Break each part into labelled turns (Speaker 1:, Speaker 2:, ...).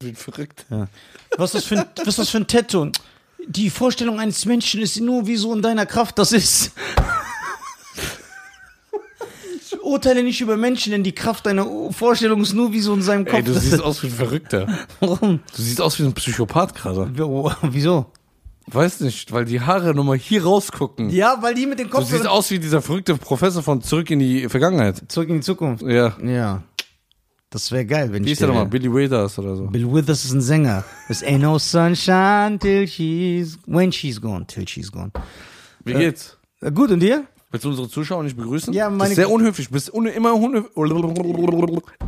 Speaker 1: bin verrückt.
Speaker 2: Ja.
Speaker 3: Was ist das für ein, was ist das für ein Tattoo? Die Vorstellung eines Menschen ist nur, wie so in deiner Kraft das ist. Urteile nicht über Menschen, denn die Kraft deiner U- Vorstellung ist nur, wie so in seinem Kopf.
Speaker 1: Ey, du
Speaker 3: das
Speaker 1: siehst
Speaker 3: ist,
Speaker 1: aus wie ein Verrückter.
Speaker 3: warum?
Speaker 1: Du siehst aus wie ein Psychopath gerade.
Speaker 3: Wieso?
Speaker 1: Weiß nicht, weil die Haare nochmal hier rausgucken.
Speaker 3: Ja, weil die mit dem
Speaker 1: Du
Speaker 3: Kopf
Speaker 1: siehst aus wie dieser verrückte Professor von Zurück in die Vergangenheit.
Speaker 3: zurück in die Zukunft.
Speaker 1: Ja.
Speaker 3: Ja. Das wäre geil, wenn
Speaker 1: Wie
Speaker 3: ich
Speaker 1: ist der
Speaker 3: der
Speaker 1: nochmal?
Speaker 3: wär.
Speaker 1: Billy Withers oder so.
Speaker 3: Bill Withers ist ein Sänger. Das ain't no sunshine till she's, when she's gone, till she's gone.
Speaker 1: Wie geht's?
Speaker 3: Äh, Gut, und dir?
Speaker 1: Willst du unsere Zuschauer nicht begrüßen?
Speaker 3: Ja,
Speaker 1: das
Speaker 3: meine-
Speaker 1: ist sehr unhöflich. Du bist un immer, unhöf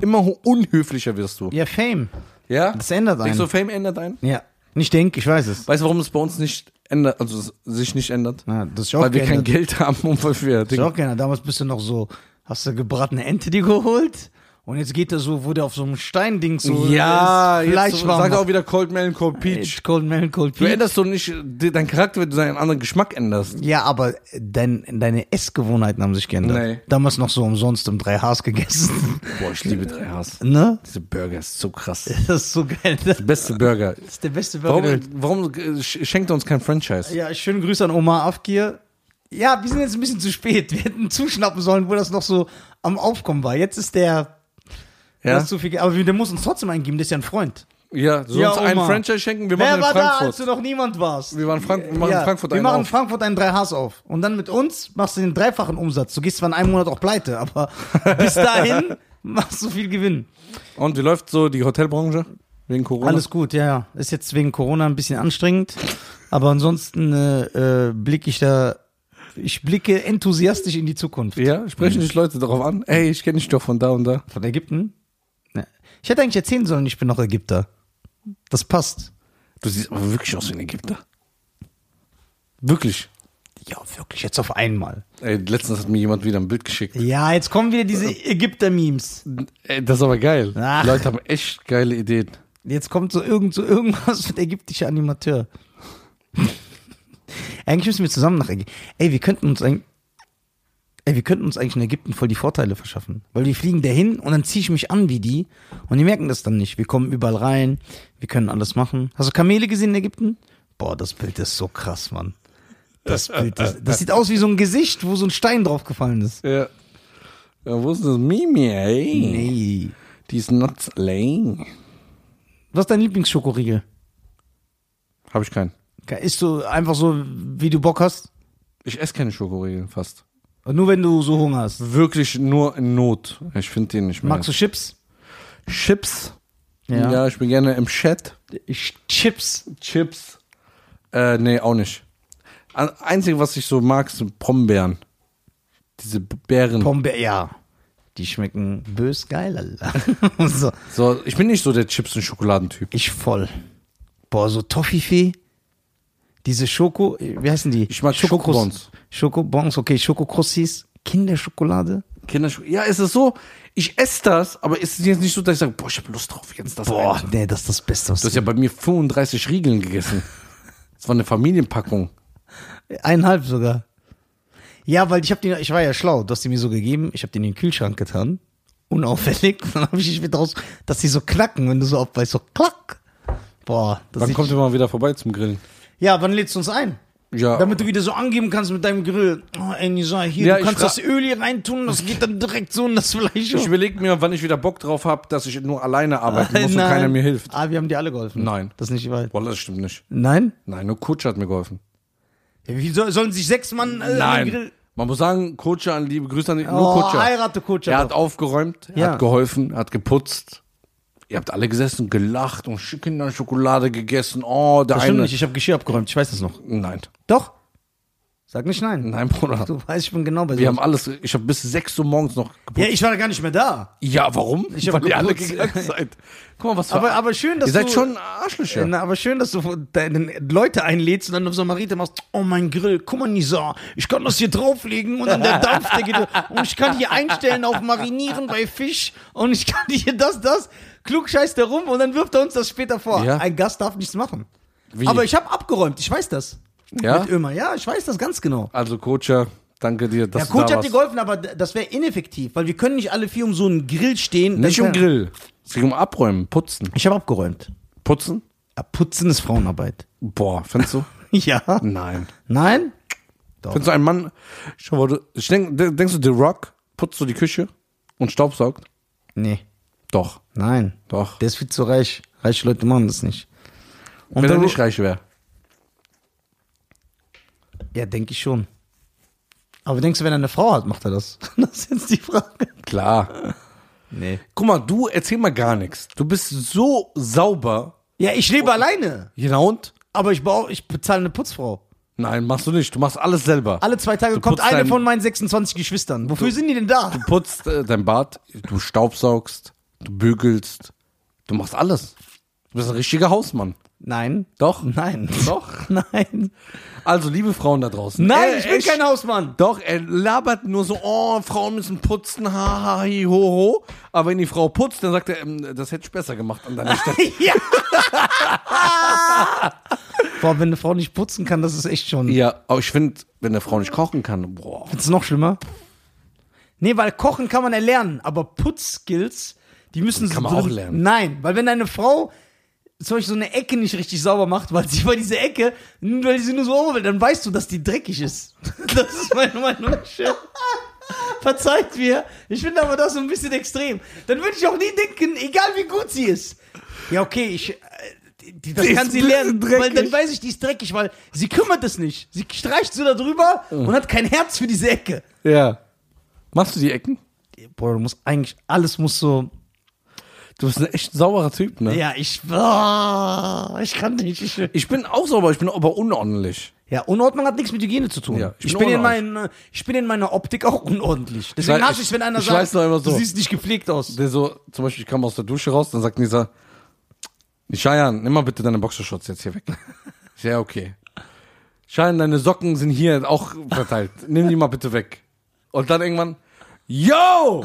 Speaker 1: immer hu- unhöflicher wirst du.
Speaker 3: Ja, Fame.
Speaker 1: Ja?
Speaker 3: Das ändert einen.
Speaker 1: Denkst du, Fame ändert einen?
Speaker 3: Ja. Nicht denk, ich weiß es.
Speaker 1: Weißt du, warum es bei uns nicht ändert, also es sich nicht ändert?
Speaker 3: Na, das ist auch
Speaker 1: Weil wir kein
Speaker 3: geändert.
Speaker 1: Geld haben und weil wir
Speaker 3: Das
Speaker 1: Ding,
Speaker 3: ist auch gerne. genau, Damals bist du noch so, hast du gebratene Ente dir geholt? Und jetzt geht er so, wo der auf so einem Steinding so
Speaker 1: Ja,
Speaker 3: ist,
Speaker 1: jetzt
Speaker 3: Fleisch
Speaker 1: so-
Speaker 3: warm
Speaker 1: sag
Speaker 3: macht.
Speaker 1: auch wieder Cold Melon, Cold Peach.
Speaker 3: Peach, Cold Melon, Cold
Speaker 1: Du
Speaker 3: Peach.
Speaker 1: änderst doch nicht de- deinen Charakter, wenn du deinen anderen Geschmack änderst.
Speaker 3: Ja, aber dein, deine Essgewohnheiten haben sich geändert.
Speaker 1: Nee.
Speaker 3: Damals noch so umsonst im 3Hs gegessen.
Speaker 1: Boah, ich liebe 3Hs.
Speaker 3: ne?
Speaker 1: Diese Burger ist so krass.
Speaker 3: Das ist so geil. Das
Speaker 1: Beste Burger.
Speaker 3: ist der beste Burger der
Speaker 1: Warum,
Speaker 3: Welt.
Speaker 1: warum äh, sch- schenkt er uns kein Franchise?
Speaker 3: Ja, schönen Grüße an Omar Afkir. Ja, wir sind jetzt ein bisschen zu spät. Wir hätten zuschnappen sollen, wo das noch so am Aufkommen war. Jetzt ist der.
Speaker 1: Ja,
Speaker 3: Das ist zu viel, Geld. aber wir- der muss uns trotzdem eingeben, der ist ja ein Freund.
Speaker 1: ja sonst
Speaker 3: Ja,
Speaker 1: einen
Speaker 3: Oma.
Speaker 1: Franchise schenken, wir machen
Speaker 3: Wer
Speaker 1: in
Speaker 3: war da, als
Speaker 1: Frankfurt.
Speaker 3: du noch niemand warst?
Speaker 1: wir, waren Frank wir machen
Speaker 3: Ja,
Speaker 1: in Frankfurt
Speaker 3: wir
Speaker 1: einen
Speaker 3: machen in
Speaker 1: auf.
Speaker 3: Frankfurt einen 3Hs auf. Und dann mit uns machst du den dreifachen Umsatz. Du gehst zwar in einem Monat auch pleite, aber bis dahin machst du viel Gewinn.
Speaker 1: Und wie läuft so die Hotelbranche wegen Corona?
Speaker 3: Alles gut, ja, ja. Ist jetzt wegen Corona ein bisschen anstrengend, aber ansonsten äh, äh, blicke ich da, ich blicke enthusiastisch in die Zukunft.
Speaker 1: Ja,
Speaker 3: Mhm.
Speaker 1: sprechen dich Leute darauf an? Ey, ich kenne dich doch von da und da.
Speaker 3: Von Ägypten? Ne. Ich hätte eigentlich erzählen sollen, ich bin noch Ägypter. Das passt.
Speaker 1: Du siehst aber wirklich aus wie ein Ägypter. Wirklich.
Speaker 3: Ja, wirklich, jetzt auf einmal.
Speaker 1: Ey, letztens hat mir jemand wieder ein Bild geschickt.
Speaker 3: Ja, jetzt kommen wieder diese
Speaker 1: Äh,
Speaker 3: Ägypter-Memes.
Speaker 1: Ey, das ist aber geil.
Speaker 3: Ach.
Speaker 1: Die Leute haben echt geile Ideen.
Speaker 3: Jetzt kommt so, irgend, so irgendwas mit ägyptischer Animateur. eigentlich müssen wir zusammen nach Ägypten. Ey, wir könnten uns eigentlich. Ey, wir könnten uns eigentlich in Ägypten voll die Vorteile verschaffen. Weil wir fliegen dahin und dann ziehe ich mich an wie die und die merken das dann nicht. Wir kommen überall rein, wir können alles machen. Hast du Kamele gesehen in Ägypten? Boah, das Bild ist so krass, Mann. Das Bild, das, das sieht aus wie so ein Gesicht, wo so ein Stein draufgefallen ist.
Speaker 1: Ja. ja wo ist das Mimi, ey?
Speaker 3: Nee.
Speaker 1: Die ist not lame.
Speaker 3: Was ist dein Lieblingsschokoriegel?
Speaker 1: Hab ich keinen.
Speaker 3: Isst du einfach so, wie du Bock hast?
Speaker 1: Ich esse keine Schokoriegel fast.
Speaker 3: Nur wenn du so Hunger hast.
Speaker 1: Wirklich nur in Not. Ich finde den nicht mehr.
Speaker 3: Magst du Chips?
Speaker 1: Chips?
Speaker 3: Ja.
Speaker 1: ich bin gerne im Chat.
Speaker 3: Ich, Chips.
Speaker 1: Chips? Äh, nee, auch nicht. An- Einzige, was ich so mag, sind Brombeeren. Diese B- Beeren.
Speaker 3: Pombeer, ja. Die schmecken bös geil, Alter. so.
Speaker 1: so, ich bin nicht so der Chips- und Schokoladentyp.
Speaker 3: Ich voll. Boah, so Toffifee. Diese Schoko, wie heißen die?
Speaker 1: Ich mag
Speaker 3: Schokokrust-
Speaker 1: Schokobons.
Speaker 3: Schokobons, okay, Schokokrustis. Kinderschokolade.
Speaker 1: Kinderschokolade. Ja, es ist so, ich esse das, aber es ist jetzt nicht so, dass ich sage, boah, ich hab Lust drauf, jetzt das
Speaker 3: Boah,
Speaker 1: einzunehmen.
Speaker 3: nee, das ist das Beste, was
Speaker 1: Du hast ja bei mir 35 Riegeln gegessen. Das war eine Familienpackung.
Speaker 3: Eineinhalb sogar. Ja, weil ich hab die, ich war ja schlau, du hast die mir so gegeben, ich habe die in den Kühlschrank getan. Unauffällig. Und dann habe ich mit raus, dass die so knacken, wenn du so aufbeißt, so klack. Boah, das
Speaker 1: Wann
Speaker 3: ist-
Speaker 1: kommt ihr mal wieder vorbei zum Grillen?
Speaker 3: Ja, wann lädst du uns ein?
Speaker 1: Ja.
Speaker 3: Damit du wieder so angeben kannst mit deinem Grill. Oh, ey, Nisa, hier,
Speaker 1: Ja,
Speaker 3: du
Speaker 1: ich
Speaker 3: kannst
Speaker 1: fra-
Speaker 3: das Öl hier reintun, das geht dann direkt so in das Fleisch.
Speaker 1: Ich überlege mir, wann ich wieder Bock drauf habe, dass ich nur alleine arbeiten muss und
Speaker 3: Nein.
Speaker 1: keiner mir hilft.
Speaker 3: Ah, wir haben dir alle geholfen.
Speaker 1: Nein.
Speaker 3: Das ist nicht weit.
Speaker 1: Boah, das stimmt nicht.
Speaker 3: Nein?
Speaker 1: Nein, nur Kutsche hat mir geholfen.
Speaker 3: Ja, wie soll, sollen sich sechs Mann äh, an den Grill...
Speaker 1: Man muss sagen, Kutsche an liebe Grüße an die, nur
Speaker 3: Oh,
Speaker 1: Kutsche.
Speaker 3: heirate Kutscher.
Speaker 1: Er hat aufgeräumt, er
Speaker 3: Ja.
Speaker 1: hat geholfen, hat geputzt. Ihr habt alle gesessen, gelacht und Sch- Kinder Schokolade gegessen. Oh, der
Speaker 3: das stimmt
Speaker 1: eine.
Speaker 3: nicht, ich habe Geschirr abgeräumt, ich weiß das noch.
Speaker 1: Nein,
Speaker 3: Doch. Sag nicht nein.
Speaker 1: nein, Bruder.
Speaker 3: Du weißt, ich bin genau bei
Speaker 1: Wir
Speaker 3: dir.
Speaker 1: haben alles, ich habe bis 6 Uhr morgens noch geputzt.
Speaker 3: Ja, ich war gar nicht mehr da.
Speaker 1: Ja, warum?
Speaker 3: Ich hab
Speaker 1: Weil ihr alle
Speaker 3: geputzt.
Speaker 1: gegangen seid. Guck mal, was für
Speaker 3: Aber, aber schön, dass
Speaker 1: Ihr seid
Speaker 3: du,
Speaker 1: schon Arschlöcher.
Speaker 3: Na, aber schön, dass du deine Leute einlädst und dann auf Samariter machst, oh mein Grill, guck mal Nisa, ich kann das hier drauflegen und dann der Dampf, der geht und ich kann hier einstellen auf Marinieren bei Fisch und ich kann hier das, das, klug scheißt er rum und dann wirft er uns das später vor.
Speaker 1: Ja.
Speaker 3: Ein Gast darf nichts machen.
Speaker 1: Wie?
Speaker 3: Aber ich habe abgeräumt, ich weiß das.
Speaker 1: Ja?
Speaker 3: Mit Ömer, ja, ich weiß das ganz genau.
Speaker 1: Also Kutsche, danke dir, dass
Speaker 3: Der
Speaker 1: du
Speaker 3: Coach
Speaker 1: da
Speaker 3: hat
Speaker 1: warst.
Speaker 3: dir geholfen, aber d- das wäre ineffektiv, weil wir können nicht alle vier um so einen Grill stehen.
Speaker 1: Nicht
Speaker 3: Dann
Speaker 1: um
Speaker 3: kann-
Speaker 1: Grill. Es ging um Abräumen, Putzen.
Speaker 3: Ich habe abgeräumt.
Speaker 1: Putzen?
Speaker 3: Ja, Putzen ist Frauenarbeit.
Speaker 1: Boah, findest du?
Speaker 3: Ja.
Speaker 1: Nein.
Speaker 3: Nein?
Speaker 1: Findest du einen Mann, schau mal, du- ich denk, de- denkst du, The Rock putzt so die Küche und staubsaugt?
Speaker 3: Nee.
Speaker 1: Doch,
Speaker 3: Nein.
Speaker 1: doch.
Speaker 3: Der ist viel zu reich. Reiche Leute machen das nicht. Und
Speaker 1: Wenn er
Speaker 3: der-
Speaker 1: nicht reich wäre.
Speaker 3: Ja, denke ich schon. Aber denkst du, wenn er eine Frau hat, macht er das? Das ist jetzt die Frage.
Speaker 1: Klar.
Speaker 3: Nee.
Speaker 1: Guck mal, du erzähl mal gar nichts. Du bist so sauber.
Speaker 3: Ja, ich lebe alleine.
Speaker 1: Ja, und?
Speaker 3: Aber ich, bau, ich bezahle eine Putzfrau.
Speaker 1: Nein, machst du nicht. Du machst alles selber.
Speaker 3: Alle zwei Tage
Speaker 1: Du
Speaker 3: kommt
Speaker 1: putzt
Speaker 3: eine
Speaker 1: dein-
Speaker 3: von meinen 26 Geschwistern. Wofür sind die denn da?
Speaker 1: Du putzt äh, dein Bad, du staubsaugst, du bügelst, du machst alles. Du bist ein richtiger Hausmann.
Speaker 3: Nein.
Speaker 1: Doch.
Speaker 3: Nein.
Speaker 1: Doch.
Speaker 3: Nein.
Speaker 1: Also, liebe Frauen da draußen.
Speaker 3: Nein,
Speaker 1: äh,
Speaker 3: ich bin
Speaker 1: echt-
Speaker 3: kein Hausmann.
Speaker 1: Doch, er labert nur so, oh, Frauen müssen putzen, ha, ha, hi, ho, ho. Aber wenn die Frau putzt, dann sagt er, ähm, das hätte ich besser gemacht an deiner Stelle.
Speaker 3: ja. Boah, wenn eine Frau nicht putzen kann, das ist echt schon.
Speaker 1: ja, aber ich finde, wenn eine Frau nicht kochen kann, boah.
Speaker 3: Ist noch schlimmer? Nee, weil kochen kann man erlernen, aber Putzskills, die müssen
Speaker 1: Kann man
Speaker 3: so,
Speaker 1: auch lernen.
Speaker 3: Nein, weil wenn eine Frau zum Beispiel so eine Ecke nicht richtig sauber macht, weil sie bei dieser Ecke, weil sie nur so sauber will, dann weißt du, dass die dreckig ist. Das ist meine Meinung. Chef. Verzeiht mir, ich finde aber das so ein bisschen extrem. Dann würde ich auch nie denken, egal wie gut sie ist. Ja, okay, ich. äh, die- die- Das
Speaker 1: Die
Speaker 3: kann
Speaker 1: ist
Speaker 3: sie
Speaker 1: ein
Speaker 3: lernen,
Speaker 1: bisschen
Speaker 3: weil dann
Speaker 1: dreckig.
Speaker 3: weiß ich, die ist dreckig, weil sie kümmert es nicht. Sie streicht so da drüber
Speaker 1: Mhm.
Speaker 3: und hat kein Herz für diese Ecke.
Speaker 1: Ja. Machst du die Ecken?
Speaker 3: Boah, du musst eigentlich, alles muss so.
Speaker 1: Du bist ein echt sauberer Typ, ne?
Speaker 3: Ja, ich. ah, ich kann nicht. Ich,
Speaker 1: Ich bin auch sauber, ich bin aber unordentlich.
Speaker 3: ja, Unordnung hat nichts mit Hygiene zu tun.
Speaker 1: Ja, ich
Speaker 3: ich,
Speaker 1: bin
Speaker 3: bin in
Speaker 1: unordentlich.
Speaker 3: meinen, ich bin in meiner Optik auch unordentlich. Deswegen
Speaker 1: weiß-
Speaker 3: hasse ich, wenn einer
Speaker 1: ich
Speaker 3: sagt,
Speaker 1: weiß noch immer so.
Speaker 3: du siehst nicht gepflegt aus.
Speaker 1: Der so, zum Beispiel, ich kam aus der Dusche raus, dann sagt Nisa, Shayan, nimm mal bitte deine Boxershorts jetzt hier weg. Ich sag, ja, okay. Shayan, deine Socken sind hier auch verteilt. Nimm die mal bitte weg. Und dann irgendwann, yo!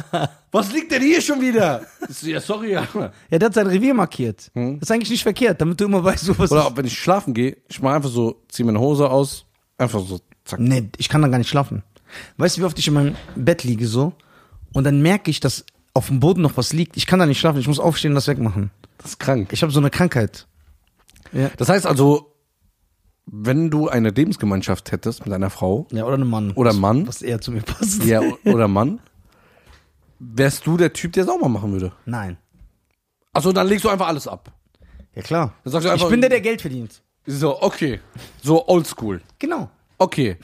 Speaker 1: Was liegt denn hier schon wieder? Ich so, ja, sorry, ja.
Speaker 3: Ja, der hat sein Revier markiert. Das ist eigentlich nicht verkehrt, damit du immer weißt, so was.
Speaker 1: Oder auch wenn ich schlafen gehe, ich mach einfach so, zieh meine Hose aus, einfach so, zack.
Speaker 3: Nee, ich kann dann gar nicht schlafen. Weißt du, wie oft ich in meinem Bett liege so und dann merke ich, dass auf dem Boden noch was liegt. Ich kann da nicht schlafen, ich muss aufstehen und das wegmachen.
Speaker 1: Das ist krank.
Speaker 3: Ich habe so eine Krankheit. Ja.
Speaker 1: Das heißt also, wenn du eine Lebensgemeinschaft hättest mit einer Frau,
Speaker 3: ja, oder ein Mann.
Speaker 1: Oder Mann.
Speaker 3: Was eher zu mir passt.
Speaker 1: Ja, o- oder Mann. Wärst du der Typ, der sauber machen würde?
Speaker 3: Nein.
Speaker 1: Also dann legst du einfach alles ab.
Speaker 3: Ja, klar.
Speaker 1: Dann sagst du einfach-
Speaker 3: ich bin der, der Geld verdient.
Speaker 1: So, okay. So oldschool.
Speaker 3: Genau.
Speaker 1: Okay.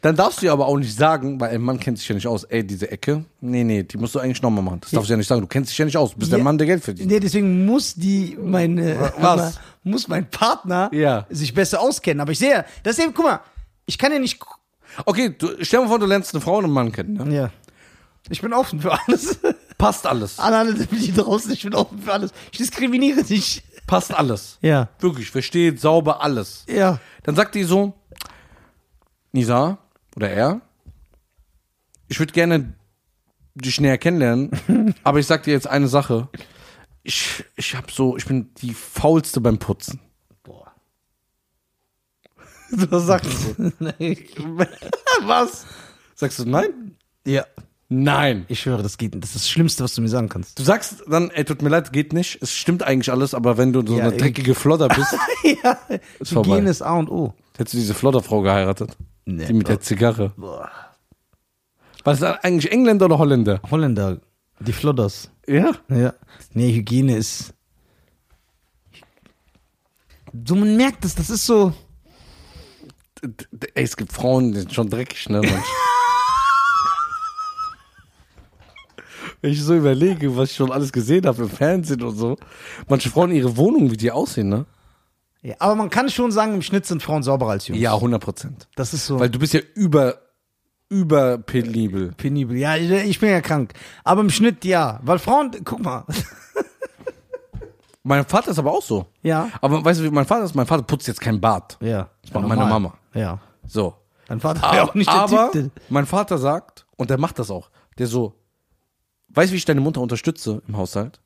Speaker 1: Dann darfst du ja aber auch nicht sagen, weil ein Mann kennt sich ja nicht aus. Ey, diese Ecke, nee, nee, die musst du eigentlich nochmal machen. Das darfst du ja nicht sagen. Du kennst dich ja nicht aus. Du bist der
Speaker 3: Ja.
Speaker 1: Mann, der Geld verdient.
Speaker 3: Nee, deswegen muss die meine
Speaker 1: Was?
Speaker 3: muss mein Partner
Speaker 1: Ja.
Speaker 3: sich besser auskennen. Aber ich sehe, ja, das ist eben, guck mal, ich kann ja nicht.
Speaker 1: Okay, du, stell dir mal vor, du lernst eine Frau und einen Mann kennen. Ne?
Speaker 3: Ja. Ich bin offen für alles.
Speaker 1: Passt alles.
Speaker 3: Alle anderen sind mit dir draußen, ich bin offen für alles. Ich diskriminiere dich.
Speaker 1: Passt alles.
Speaker 3: Ja.
Speaker 1: Wirklich, versteht, sauber, alles.
Speaker 3: Ja.
Speaker 1: Dann sagt die so, Nisa oder er, ich würde gerne dich näher kennenlernen, aber ich sag dir jetzt eine Sache. Ich, ich hab so, ich bin die faulste beim Putzen.
Speaker 3: Boah. Was sagst du? Was?
Speaker 1: Sagst du nein?
Speaker 3: Ja.
Speaker 1: Nein.
Speaker 3: Ich höre, das geht nicht. Das ist das Schlimmste, was du mir sagen kannst.
Speaker 1: Du sagst dann, ey, tut mir leid, geht nicht. Es stimmt eigentlich alles, aber wenn du so
Speaker 3: Ja,
Speaker 1: eine
Speaker 3: ich-
Speaker 1: dreckige Flodder bist,
Speaker 3: ja.
Speaker 1: vorbei.
Speaker 3: Hygiene ist A und O.
Speaker 1: hättest du diese Flodderfrau geheiratet.
Speaker 3: Nee,
Speaker 1: die mit der
Speaker 3: doch.
Speaker 1: Zigarre.
Speaker 3: Boah.
Speaker 1: Was ist das eigentlich Engländer oder Holländer?
Speaker 3: Holländer, die Flodders.
Speaker 1: Ja.
Speaker 3: Ja. Nee, Hygiene ist. So, man merkt es, das ist so.
Speaker 1: D- d- Ey, es gibt Frauen, die sind schon dreckig, ne? Mensch. Wenn ich so überlege, was ich schon alles gesehen habe im Fernsehen und so. Manche Frauen, ihre Wohnungen, wie die aussehen, ne?
Speaker 3: Ja, aber man kann schon sagen, im Schnitt sind Frauen sauberer als Jungs.
Speaker 1: Ja, 100 Prozent.
Speaker 3: Das ist so.
Speaker 1: Weil du bist ja über, über penibel.
Speaker 3: penibel. Ja, ich, ich bin ja krank. Aber im Schnitt ja. Weil Frauen, guck mal.
Speaker 1: Mein Vater ist aber auch so.
Speaker 3: Ja.
Speaker 1: Aber weißt du, wie mein Vater ist? Mein Vater putzt jetzt kein Bad.
Speaker 3: Ja.
Speaker 1: Das macht meine Mama.
Speaker 3: Ja.
Speaker 1: So.
Speaker 3: Dein Vater war ja auch nicht der
Speaker 1: aber
Speaker 3: Typ. der-
Speaker 1: mein Vater sagt, und der macht das auch, der so, weißt du, wie ich deine Mutter unterstütze im Haushalt?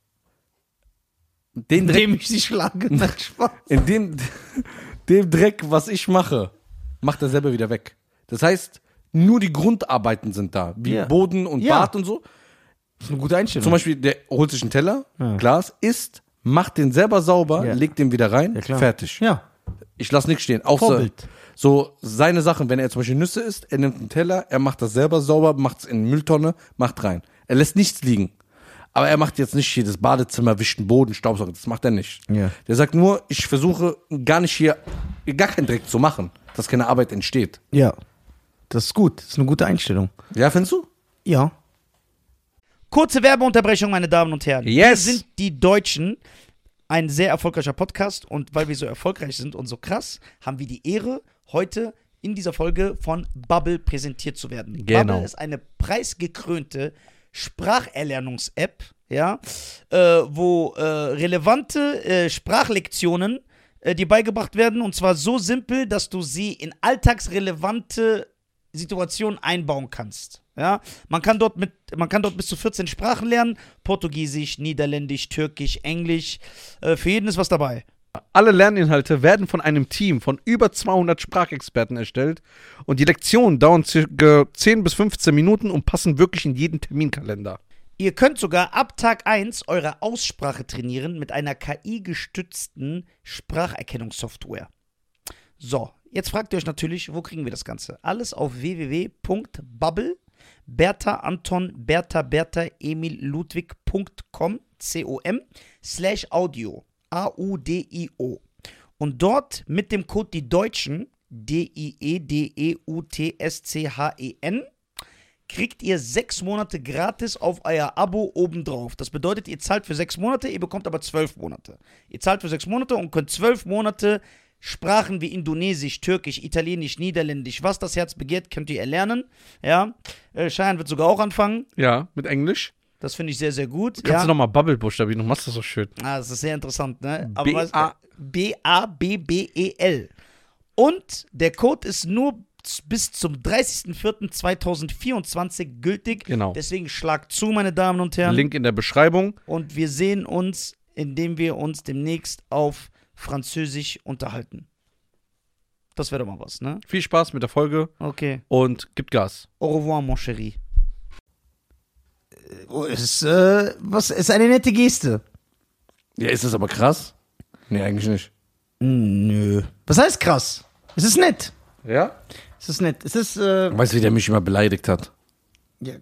Speaker 1: Den Dreck
Speaker 3: Indem ich sie schlage. Nein, Spaß.
Speaker 1: In dem, dem Dreck, was ich mache, macht er selber wieder weg. Das heißt, nur die Grundarbeiten sind da, wie
Speaker 3: Ja.
Speaker 1: Boden und
Speaker 3: Ja.
Speaker 1: Bad und so.
Speaker 3: Das ist eine gute Einstellung.
Speaker 1: Zum Beispiel, der holt sich einen Teller, Glas, isst, macht den selber sauber,
Speaker 4: Ja.
Speaker 1: legt den wieder rein,
Speaker 4: klar.
Speaker 1: fertig.
Speaker 4: Ja.
Speaker 1: Ich lasse nichts stehen. Auch so,
Speaker 4: Vorbild.
Speaker 1: so seine Sachen, wenn er zum Beispiel Nüsse isst, er nimmt einen Teller, er macht das selber sauber, macht es in die Mülltonne, macht rein. Er lässt nichts liegen. Aber er macht jetzt nicht hier das Badezimmer, wischt den Boden, Staubsaugen. Das macht er nicht.
Speaker 4: Ja.
Speaker 1: Der sagt nur, ich versuche gar nicht hier, gar keinen Dreck zu machen, dass keine Arbeit entsteht.
Speaker 4: Ja. Das ist gut. Das ist eine gute Einstellung.
Speaker 1: Ja, findest du?
Speaker 4: Ja. Kurze Werbeunterbrechung, meine Damen und Herren.
Speaker 1: Yes.
Speaker 4: Wir sind die Deutschen. Ein sehr erfolgreicher Podcast. Und weil wir so erfolgreich sind und so krass, haben wir die Ehre, heute in dieser Folge von Bubble präsentiert zu werden.
Speaker 1: Genau.
Speaker 4: Bubble ist eine preisgekrönte Spracherlernungs-App, ja, äh, wo äh, relevante äh, Sprachlektionen äh, dir beigebracht werden. Und zwar so simpel, dass du sie in alltagsrelevante Situationen einbauen kannst. Ja, man kann dort mit, man kann dort bis zu 14 Sprachen lernen: Portugiesisch, Niederländisch, Türkisch, Englisch. Äh, für jeden ist was dabei.
Speaker 2: Alle Lerninhalte werden von einem Team von über 200 Sprachexperten erstellt und die Lektionen dauern circa 10 bis 15 Minuten und passen wirklich in jeden Terminkalender.
Speaker 4: Ihr könnt sogar ab Tag 1 eure Aussprache trainieren mit einer KI-gestützten Spracherkennungssoftware. So, jetzt fragt ihr euch natürlich, wo kriegen wir das Ganze? Alles auf www.bubble, Bertha Anton, Bertha Bertha Emil Ludwig.com, C-O-M, slash Audio, A-U-D-I-O. Und dort mit dem Code die Deutschen, E D-I-E-D-E-U-T-S-C-H-E-N, kriegt ihr sechs Monate gratis auf euer Abo obendrauf. Das bedeutet, ihr zahlt für sechs Monate, ihr bekommt aber zwölf Monate. Ihr zahlt für sechs Monate und könnt zwölf Monate Sprachen wie Indonesisch, Türkisch, Italienisch, Niederländisch, was das Herz begehrt, könnt ihr erlernen. Ja, äh, Schein wird sogar auch anfangen.
Speaker 2: Ja, mit Englisch.
Speaker 4: Das finde ich sehr, sehr gut.
Speaker 2: Kannst
Speaker 4: ja.
Speaker 2: du nochmal Bubble buchstabieren, du machst das so schön.
Speaker 4: Ah, das ist sehr interessant, ne?
Speaker 2: B-
Speaker 4: was-
Speaker 2: A-
Speaker 4: B-A-B-B-E-L. E Und der Code ist nur z- bis zum 30.04.2024 gültig.
Speaker 2: Genau.
Speaker 4: Deswegen schlagt zu, meine Damen und Herren.
Speaker 2: Link in der Beschreibung.
Speaker 4: Und wir sehen uns, indem wir uns demnächst auf Französisch unterhalten. Das wäre doch mal was, ne?
Speaker 2: Viel Spaß mit der Folge
Speaker 4: Okay.
Speaker 2: und gibt Gas.
Speaker 4: Au revoir, mon chéri.
Speaker 3: Ist, äh, was, ist eine nette Geste.
Speaker 1: Ja, ist das aber krass? Nee, eigentlich nicht.
Speaker 3: Nö. Was heißt krass? Es ist nett.
Speaker 2: Ja?
Speaker 3: Es ist nett. Es ist, äh,
Speaker 1: Weißt du, wie der mich immer beleidigt hat?
Speaker 3: ja,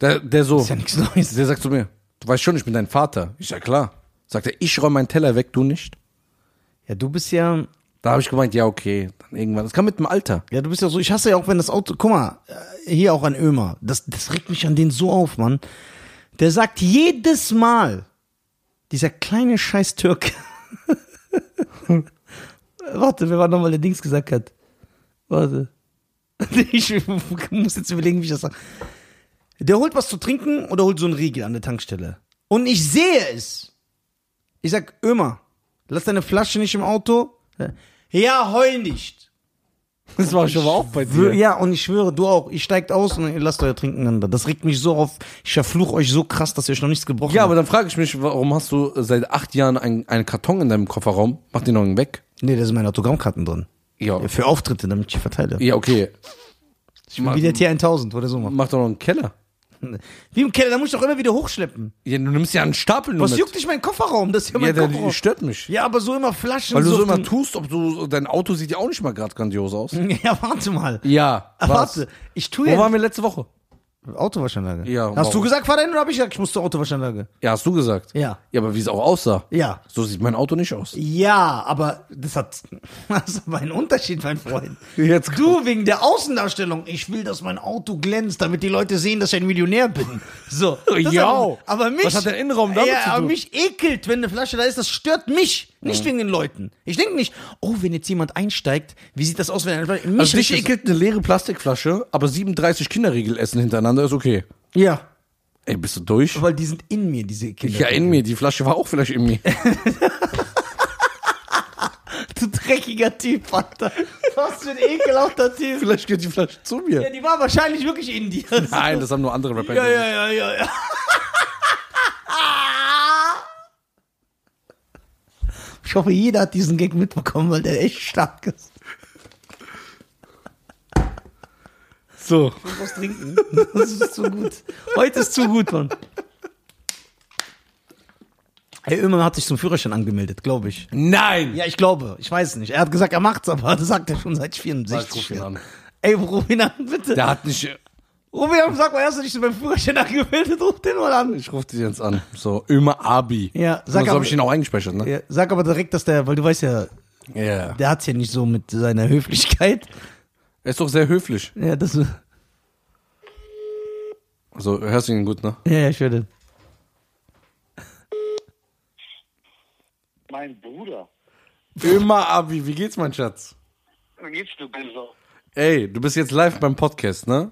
Speaker 1: Der, der so.
Speaker 3: ist ja nichts Neues.
Speaker 1: Der sagt zu mir, du weißt schon, ich bin dein Vater. Ich sag, klar. Sagt er, ich räume meinen Teller weg, du nicht?
Speaker 3: Ja, du bist ja,
Speaker 1: Da habe ich gemeint, ja, okay, dann irgendwann. Das kam mit dem Alter.
Speaker 3: ja, du bist ja so, ich hasse ja auch, wenn das Auto, guck mal, äh, hier auch an Ömer. Das, das regt mich an den so auf, Mann. Der sagt jedes Mal, dieser kleine scheiß Türke. Warte, wer war nochmal der Dings gesagt hat? Warte. Ich muss jetzt überlegen, wie ich das sage. Der holt was zu trinken oder holt so einen Riegel an der Tankstelle. Und ich sehe es. Ich sag, Ömer, lass deine Flasche nicht im Auto. Ja, heul nicht.
Speaker 1: Das war schon auch bei
Speaker 3: Wö- Ja, und ich schwöre, du auch. Ihr steigt aus und ihr lasst euer Trinken an. Das regt mich so auf. Ich verfluche euch so krass, dass ihr euch noch nichts gebrochen
Speaker 1: Ja,
Speaker 3: habt.
Speaker 1: aber dann frage ich mich, warum hast du seit acht Jahren einen, einen Karton in deinem Kofferraum? Mach den noch einen weg.
Speaker 3: Nee, da sind meine Autogrammkarten drin.
Speaker 1: Ja.
Speaker 3: Für Auftritte, damit ich die verteile.
Speaker 1: Ja, okay.
Speaker 3: Wie der T1000 oder so macht.
Speaker 1: Mach doch noch einen Keller.
Speaker 3: Wie im Keller, da muss ich doch immer wieder hochschleppen.
Speaker 1: Ja, du nimmst ja einen Stapel nur
Speaker 3: Was
Speaker 1: mit.
Speaker 3: juckt dich mein Kofferraum? Das ist ja mein
Speaker 1: Ja, der
Speaker 3: Kofferraum.
Speaker 1: stört mich.
Speaker 3: Ja, aber so immer Flaschen.
Speaker 1: Weil du so
Speaker 3: auf
Speaker 1: immer
Speaker 3: dem-
Speaker 1: tust, ob du, dein Auto sieht ja auch nicht mal gerade grandios aus.
Speaker 3: Ja, warte mal.
Speaker 1: Ja.
Speaker 3: Ah, Warte, ich tue
Speaker 1: Wo
Speaker 3: ja...
Speaker 1: waren wir letzte Woche?
Speaker 3: Autowaschanlage.
Speaker 1: Ja,
Speaker 3: Hast
Speaker 1: warum?
Speaker 3: du gesagt, fahr dahin oder hab ich gesagt, ich muss zur Autowaschanlage?
Speaker 1: Ja, hast du gesagt.
Speaker 3: Ja.
Speaker 1: Ja, aber wie es auch aussah.
Speaker 3: Ja.
Speaker 1: So sieht mein Auto nicht aus.
Speaker 3: Ja, aber das hat, das ist aber ein Unterschied, mein Freund.
Speaker 1: Jetzt komm.
Speaker 3: du wegen der Außendarstellung. Ich will, dass mein Auto glänzt, damit die Leute sehen, dass ich ein Millionär bin. So. das ist
Speaker 1: Ja.
Speaker 3: Aber, aber mich.
Speaker 1: Was hat der Innenraum damit
Speaker 3: ja,
Speaker 1: zu
Speaker 3: Aber
Speaker 1: tun? Mhm.
Speaker 3: mich ekelt, wenn eine Flasche da ist. Das stört mich. Nicht wegen den Leuten. Ich denke nicht, oh, wenn jetzt jemand einsteigt, wie sieht das aus, wenn eine Flasche. Mich
Speaker 1: Also dich
Speaker 3: regt das-
Speaker 1: ekelt eine leere Plastikflasche, aber 37 Kinderriegel essen hintereinander ist okay.
Speaker 3: Ja.
Speaker 1: Ey, bist du durch?
Speaker 3: Weil die sind in mir, diese Kinder.
Speaker 1: Ja, in mir. Die Flasche war auch vielleicht in mir.
Speaker 3: Du dreckiger Typ, Alter. Was für ein ekelhafter Typ.
Speaker 1: vielleicht geht die Flasche zu
Speaker 3: Ja,
Speaker 1: mir.
Speaker 3: die war wahrscheinlich wirklich in dir.
Speaker 1: Nein, das haben nur andere Rapper.
Speaker 3: Ja, ja, ja, ja, ja. Ich hoffe, jeder hat diesen Gag mitbekommen, weil der echt stark ist.
Speaker 2: So.
Speaker 3: Ich muss trinken. Das ist zu gut. Heute ist zu gut, Mann. Ey, Ömermann hat sich zum Führerschein angemeldet, glaube ich.
Speaker 1: Nein!
Speaker 3: Ja, ich glaube. Ich weiß nicht. Er hat gesagt, er macht's, aber das sagt er schon seit 64
Speaker 1: ruf ihn
Speaker 3: Jahren.
Speaker 1: an.
Speaker 3: Ey, ruf ihn an, bitte.
Speaker 1: Der hat nicht.
Speaker 3: Ruf ihn an, sag mal, hast du dich beim Führerschein angemeldet? Ruf den mal an.
Speaker 1: Ich rufe dich jetzt an. So, Ömer Abi.
Speaker 3: Ja,
Speaker 1: sag mal.
Speaker 3: sag
Speaker 1: So
Speaker 3: aber-
Speaker 1: habe ich ihn auch eingespeichert, ne?
Speaker 3: Ja, sag aber direkt, dass der, weil du weißt ja,
Speaker 1: Ja.
Speaker 3: der hat's ja nicht so mit seiner Höflichkeit.
Speaker 1: Er ist doch sehr höflich.
Speaker 3: Ja, das, ja,
Speaker 1: Also, hörst du ihn gut, ne?
Speaker 3: ja, ich werde.
Speaker 5: Mein Bruder.
Speaker 1: Ömer Abi, wie geht's, mein Schatz?
Speaker 5: Wie geht's du besser?
Speaker 1: Ey, du bist jetzt live beim Podcast, ne?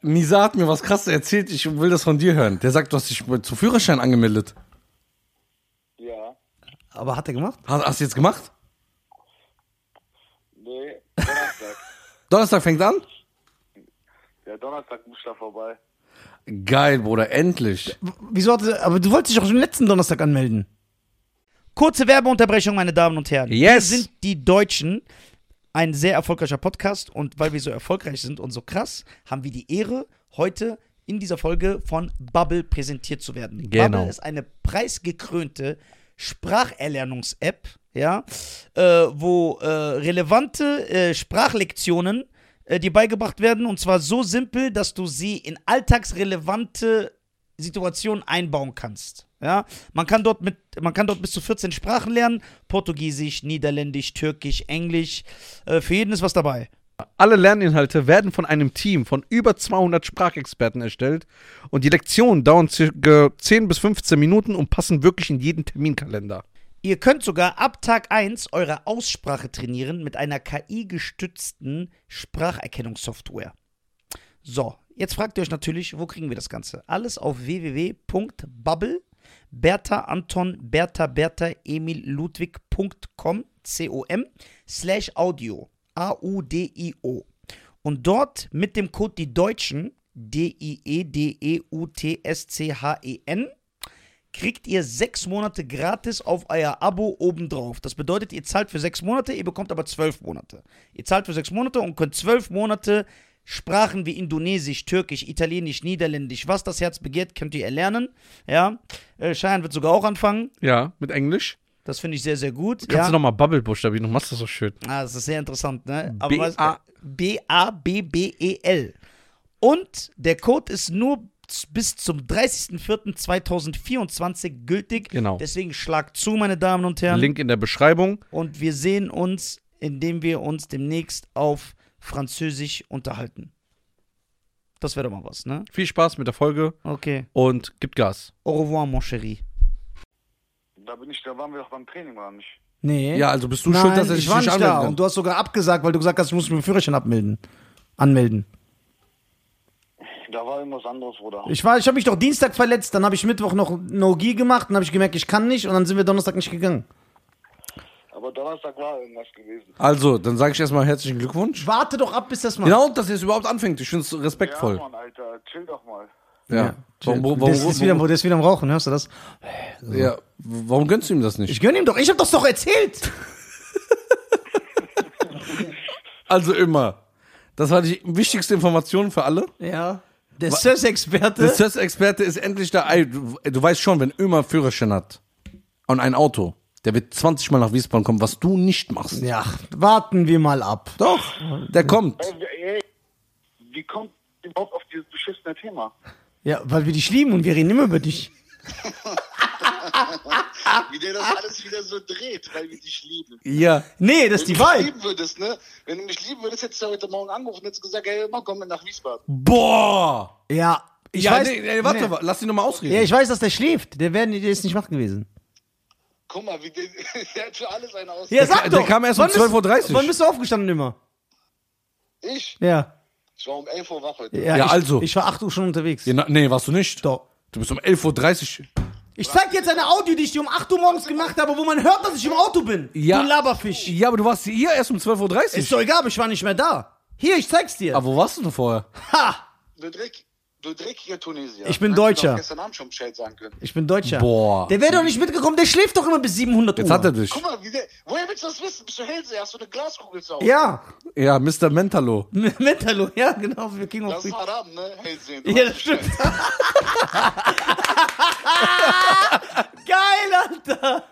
Speaker 1: Nisa hat mir was krasses erzählt, ich will das von dir hören. Der sagt, du hast dich zu Führerschein angemeldet.
Speaker 5: Ja.
Speaker 3: Aber hat er gemacht?
Speaker 1: Hast, hast du jetzt gemacht?
Speaker 5: Nee, Donnerstag.
Speaker 1: Donnerstag fängt an?
Speaker 5: ja, Donnerstag muss ich da vorbei.
Speaker 1: Geil, Bruder, endlich.
Speaker 3: Wieso hat er, aber du wolltest dich auch schon letzten Donnerstag anmelden.
Speaker 4: Kurze Werbeunterbrechung, meine Damen und Herren.
Speaker 2: Yes.
Speaker 4: Wir sind die Deutschen. Ein sehr erfolgreicher Podcast und weil wir so erfolgreich sind und so krass, haben wir die Ehre, heute in dieser Folge von Bubble präsentiert zu werden.
Speaker 2: Genau.
Speaker 4: Bubble ist eine preisgekrönte Spracherlernungs-App, ja, äh, wo äh, relevante äh, Sprachlektionen äh, dir beigebracht werden und zwar so simpel, dass du sie in alltagsrelevante Situationen einbauen kannst. Ja, man kann dort mit, man kann dort bis zu 14 Sprachen lernen: Portugiesisch, Niederländisch, Türkisch, Englisch. Äh, für jeden ist was dabei.
Speaker 2: Alle Lerninhalte werden von einem Team von über 200 Sprachexperten erstellt und die Lektionen dauern circa 10 bis 15 Minuten und passen wirklich in jeden Terminkalender.
Speaker 4: Ihr könnt sogar ab Tag 1 eure Aussprache trainieren mit einer KI-gestützten Spracherkennungssoftware. So, jetzt fragt ihr euch natürlich, wo kriegen wir das Ganze? Alles auf www.bubble, Bertha Anton, Bertha Bertha Emil Ludwig.com, C-O-M, slash Audio, A-U-D-I-O. Und dort mit dem Code die Deutschen, E D-I-E-D-E-U-T-S-C-H-E-N, kriegt ihr sechs Monate gratis auf euer Abo obendrauf. Das bedeutet, ihr zahlt für sechs Monate, ihr bekommt aber zwölf Monate. Ihr zahlt für sechs Monate und könnt zwölf Monate Sprachen wie Indonesisch, Türkisch, Italienisch, Niederländisch, was das Herz begehrt, könnt ihr erlernen. Ja, äh, Cheyenne wird sogar auch anfangen.
Speaker 2: Ja, mit Englisch.
Speaker 4: Das finde ich sehr, sehr gut.
Speaker 2: Kannst
Speaker 4: ja.
Speaker 2: du nochmal Bubble buchstabieren, du machst das so schön.
Speaker 4: Ah, das ist sehr interessant, ne? Aber
Speaker 2: B-
Speaker 4: was-
Speaker 2: A-
Speaker 4: B-A-B-B-E-L. E Und der Code ist nur z- bis zum 30.04.2024 gültig.
Speaker 2: Genau.
Speaker 4: Deswegen schlag zu, meine Damen und Herren.
Speaker 2: Link in der Beschreibung.
Speaker 4: Und wir sehen uns, indem wir uns demnächst auf Französisch unterhalten. Das wäre doch mal was, ne?
Speaker 2: Viel Spaß mit der Folge
Speaker 4: Okay.
Speaker 2: und gibt Gas.
Speaker 4: Au revoir, mon chéri.
Speaker 5: Da bin ich, da waren wir doch beim Training, waren wir nicht?
Speaker 3: Nee.
Speaker 1: Ja, also bist du
Speaker 3: Nein,
Speaker 1: schuld, dass er
Speaker 3: ich
Speaker 1: sich
Speaker 3: war
Speaker 1: nicht
Speaker 3: nicht da.
Speaker 1: anmelden
Speaker 3: Und
Speaker 1: kann.
Speaker 3: du hast sogar abgesagt, weil du gesagt hast, ich muss mich mit dem Führerschein abmelden. Anmelden.
Speaker 5: Da war irgendwas anderes, Bruder.
Speaker 3: Ich war, ich habe mich doch Dienstag verletzt, dann habe ich Mittwoch noch No-Gi gemacht, dann habe ich gemerkt, ich kann nicht und dann sind wir Donnerstag nicht gegangen.
Speaker 5: Aber Donnerstag war irgendwas gewesen.
Speaker 1: Also, dann sage ich erstmal herzlichen Glückwunsch.
Speaker 3: Warte doch ab, bis das mal.
Speaker 1: Genau, dass ihr es überhaupt anfängt. Ich finde es
Speaker 5: Ja,
Speaker 1: respektvoll.
Speaker 5: Mann, Alter, chill doch mal.
Speaker 1: Ja. Warum, warum,
Speaker 3: das ist wieder,
Speaker 1: warum,
Speaker 3: der ist wieder am Rauchen, hörst du das?
Speaker 1: ja, warum gönnst du ihm das nicht?
Speaker 3: Ich gönn ihm doch, ich habe das doch erzählt.
Speaker 1: Also immer. Das war die wichtigste Information für alle.
Speaker 3: Ja. Der Surf-Experte.
Speaker 1: Der CES-Experte ist endlich da. Ey, du, du weißt schon, wenn Ömer Führerschein hat und ein Auto, der wird 20 Mal nach Wiesbaden kommen, was du nicht machst.
Speaker 3: Ja, warten wir mal ab.
Speaker 1: Doch, der kommt.
Speaker 5: Ey, wie- ey, wie kommt ihr überhaupt auf dieses beschissene Thema?
Speaker 3: Ja, weil wir dich lieben und wir reden immer über dich.
Speaker 5: Wie der das alles wieder so dreht, weil wir dich lieben.
Speaker 1: Ja.
Speaker 3: Nee, das ist die
Speaker 5: Wenn du mich
Speaker 3: Wahl.
Speaker 5: lieben würdest, ne? Wenn du mich lieben würdest, hättest du heute Morgen angerufen und hättest gesagt, ey, immer komm mit nach Wiesbaden.
Speaker 1: Boah.
Speaker 3: Ja, ich
Speaker 1: ja,
Speaker 3: weiß.
Speaker 1: nee, nee, warte,
Speaker 3: nee.
Speaker 1: wa- lass ihn nochmal ausreden.
Speaker 3: Ja, ich weiß, dass der schläft. Der, wär, der ist nicht wach gewesen.
Speaker 5: Guck mal, wie der, der hat für alles eine Ausrede.
Speaker 3: Ja,
Speaker 1: sag
Speaker 3: sag
Speaker 1: ka-
Speaker 3: doch.
Speaker 1: der doch. kam erst um
Speaker 3: Wann bist-
Speaker 1: 12.30 Uhr.
Speaker 3: Wann bist du aufgestanden immer?
Speaker 5: Ich?
Speaker 3: Ja.
Speaker 5: Ich war um 11 Uhr wach heute.
Speaker 1: Ja,
Speaker 3: ich,
Speaker 1: also.
Speaker 3: Ich war 8 Uhr schon unterwegs.
Speaker 1: Ja, na, nee, warst du nicht.
Speaker 3: Doch.
Speaker 1: Du bist um 11.30 Uhr.
Speaker 3: Ich zeig jetzt eine Audio, die ich dir um 8 Uhr morgens gemacht habe, wo man hört, dass ich im Auto bin.
Speaker 1: Ja.
Speaker 3: Du Laberfisch.
Speaker 1: Ja, aber du warst hier erst um 12.30
Speaker 3: Ist
Speaker 1: Uhr.
Speaker 3: doch egal, aber ich war nicht mehr da. Hier, ich zeig's dir.
Speaker 1: Aber wo warst du denn vorher?
Speaker 3: ha!
Speaker 5: Der Dreck. Du dreckiger Tunesier.
Speaker 3: Ich bin
Speaker 5: Hättest du
Speaker 3: Deutscher.
Speaker 5: doch gestern Abend schon Bescheid sagen können.
Speaker 3: Ich bin Deutscher.
Speaker 1: Boah.
Speaker 3: Der wäre doch nicht mitgekommen, der schläft doch immer bis 700
Speaker 1: Jetzt
Speaker 3: Uhr.
Speaker 1: hat er dich.
Speaker 5: Guck mal, wie der, woher willst du das wissen? Bist du Hellseher? Hast du eine Glaskugel zu Hause?
Speaker 3: Ja,
Speaker 1: Ja, Mr. Mentalo.
Speaker 3: Mentalo, Oh. ja, genau, wir King of
Speaker 5: Das ist
Speaker 3: Freak.
Speaker 5: Haram, ne? Hellseher. du
Speaker 3: Ja,
Speaker 5: weißt
Speaker 3: das stimmt.
Speaker 5: Bescheid.
Speaker 3: Geil, Alter.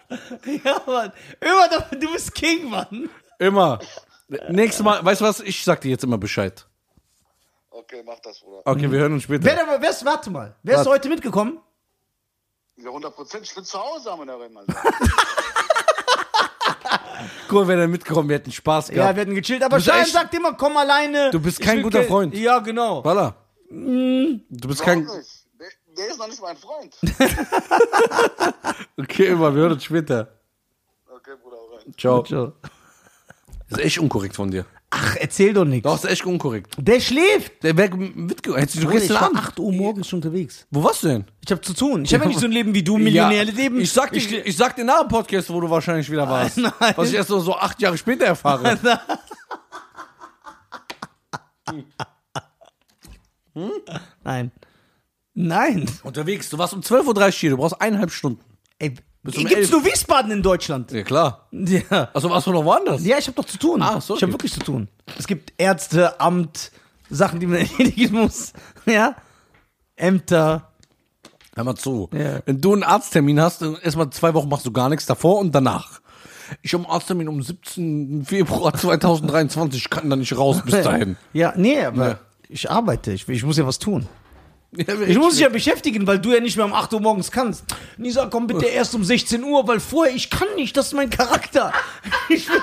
Speaker 3: Ja, Mann. Immer, doch, du bist King, Mann.
Speaker 1: Immer. Nächstes Mal, weißt du was? Ich sag dir jetzt immer Bescheid.
Speaker 5: Okay, mach das, Bruder.
Speaker 1: Okay, wir hören uns
Speaker 3: Wer,
Speaker 1: später.
Speaker 3: denn- wer ist, warte mal, wer ist
Speaker 1: Was?
Speaker 3: heute mitgekommen?
Speaker 5: Ja, 100 Prozent. Ich bin zu Hause, haben wir da einmal.
Speaker 1: Cool, wenn er mitgekommen, wir hätten Spaß
Speaker 3: Ja,
Speaker 1: gehabt.
Speaker 3: wir hatten gechillt, aber
Speaker 1: bist
Speaker 3: Schein
Speaker 1: echt-
Speaker 3: sagt immer, komm alleine.
Speaker 1: Du bist
Speaker 3: Ich
Speaker 1: kein
Speaker 3: will
Speaker 1: guter Freund.
Speaker 3: Ja, genau.
Speaker 1: Voilà. Du bist kein.
Speaker 5: Überhaupt nicht. Der, der ist noch nicht mein Freund.
Speaker 1: Okay, immer, wir hören uns später.
Speaker 5: Okay, Bruder, hau rein.
Speaker 1: Ciao.
Speaker 3: Ciao.
Speaker 1: Das ist echt unkorrekt von dir.
Speaker 3: Ach, erzähl doch nichts.
Speaker 1: Doch, das ist echt unkorrekt.
Speaker 3: Der schläft.
Speaker 1: Der wäre mitgekommen. Hättest du
Speaker 3: Bruder, ich
Speaker 1: gestern
Speaker 3: war
Speaker 1: Abend.
Speaker 3: 8 Uhr morgens schon unterwegs.
Speaker 1: Wo warst du denn?
Speaker 3: Ich hab zu tun. Ich habe ja nicht so ein Leben wie du, millionäre Leben.
Speaker 1: Ich sag, dir, ich, sag dir nach dem Podcast, wo du wahrscheinlich wieder warst.
Speaker 3: Nein.
Speaker 1: Was ich erst so, so acht Jahre später erfahre.
Speaker 3: Nein. Nein.
Speaker 1: Unterwegs, du warst um 12.30 Uhr hier, du brauchst eineinhalb Stunden.
Speaker 3: Ey,
Speaker 1: um
Speaker 3: gibt's
Speaker 1: elf.
Speaker 3: nur Wiesbaden in Deutschland?
Speaker 1: Ja, klar.
Speaker 3: Ja.
Speaker 1: Achso, warst du noch woanders?
Speaker 3: Ja, ich habe doch zu tun.
Speaker 1: Ah, sorry.
Speaker 3: Ich habe wirklich zu tun. Es gibt Ärzte, Amt, Sachen, die man erledigen muss. Ja. Ämter.
Speaker 1: Hör mal zu.
Speaker 3: Ja.
Speaker 1: Wenn du einen Arzttermin hast, dann erstmal zwei Wochen machst du gar nichts davor und danach. Ich habe einen Arzttermin um 17. Februar 2023, ich kann da nicht raus bis dahin.
Speaker 3: Ja, nee, aber
Speaker 1: Ja.
Speaker 3: ich arbeite. Ich, ich muss ja was tun.
Speaker 1: Ja,
Speaker 3: Ich muss dich ja beschäftigen, weil du ja nicht mehr um 8 Uhr morgens kannst. Nisa, komm bitte erst um 16 Uhr, weil vorher, ich kann nicht, das ist mein Charakter. Ich, bin,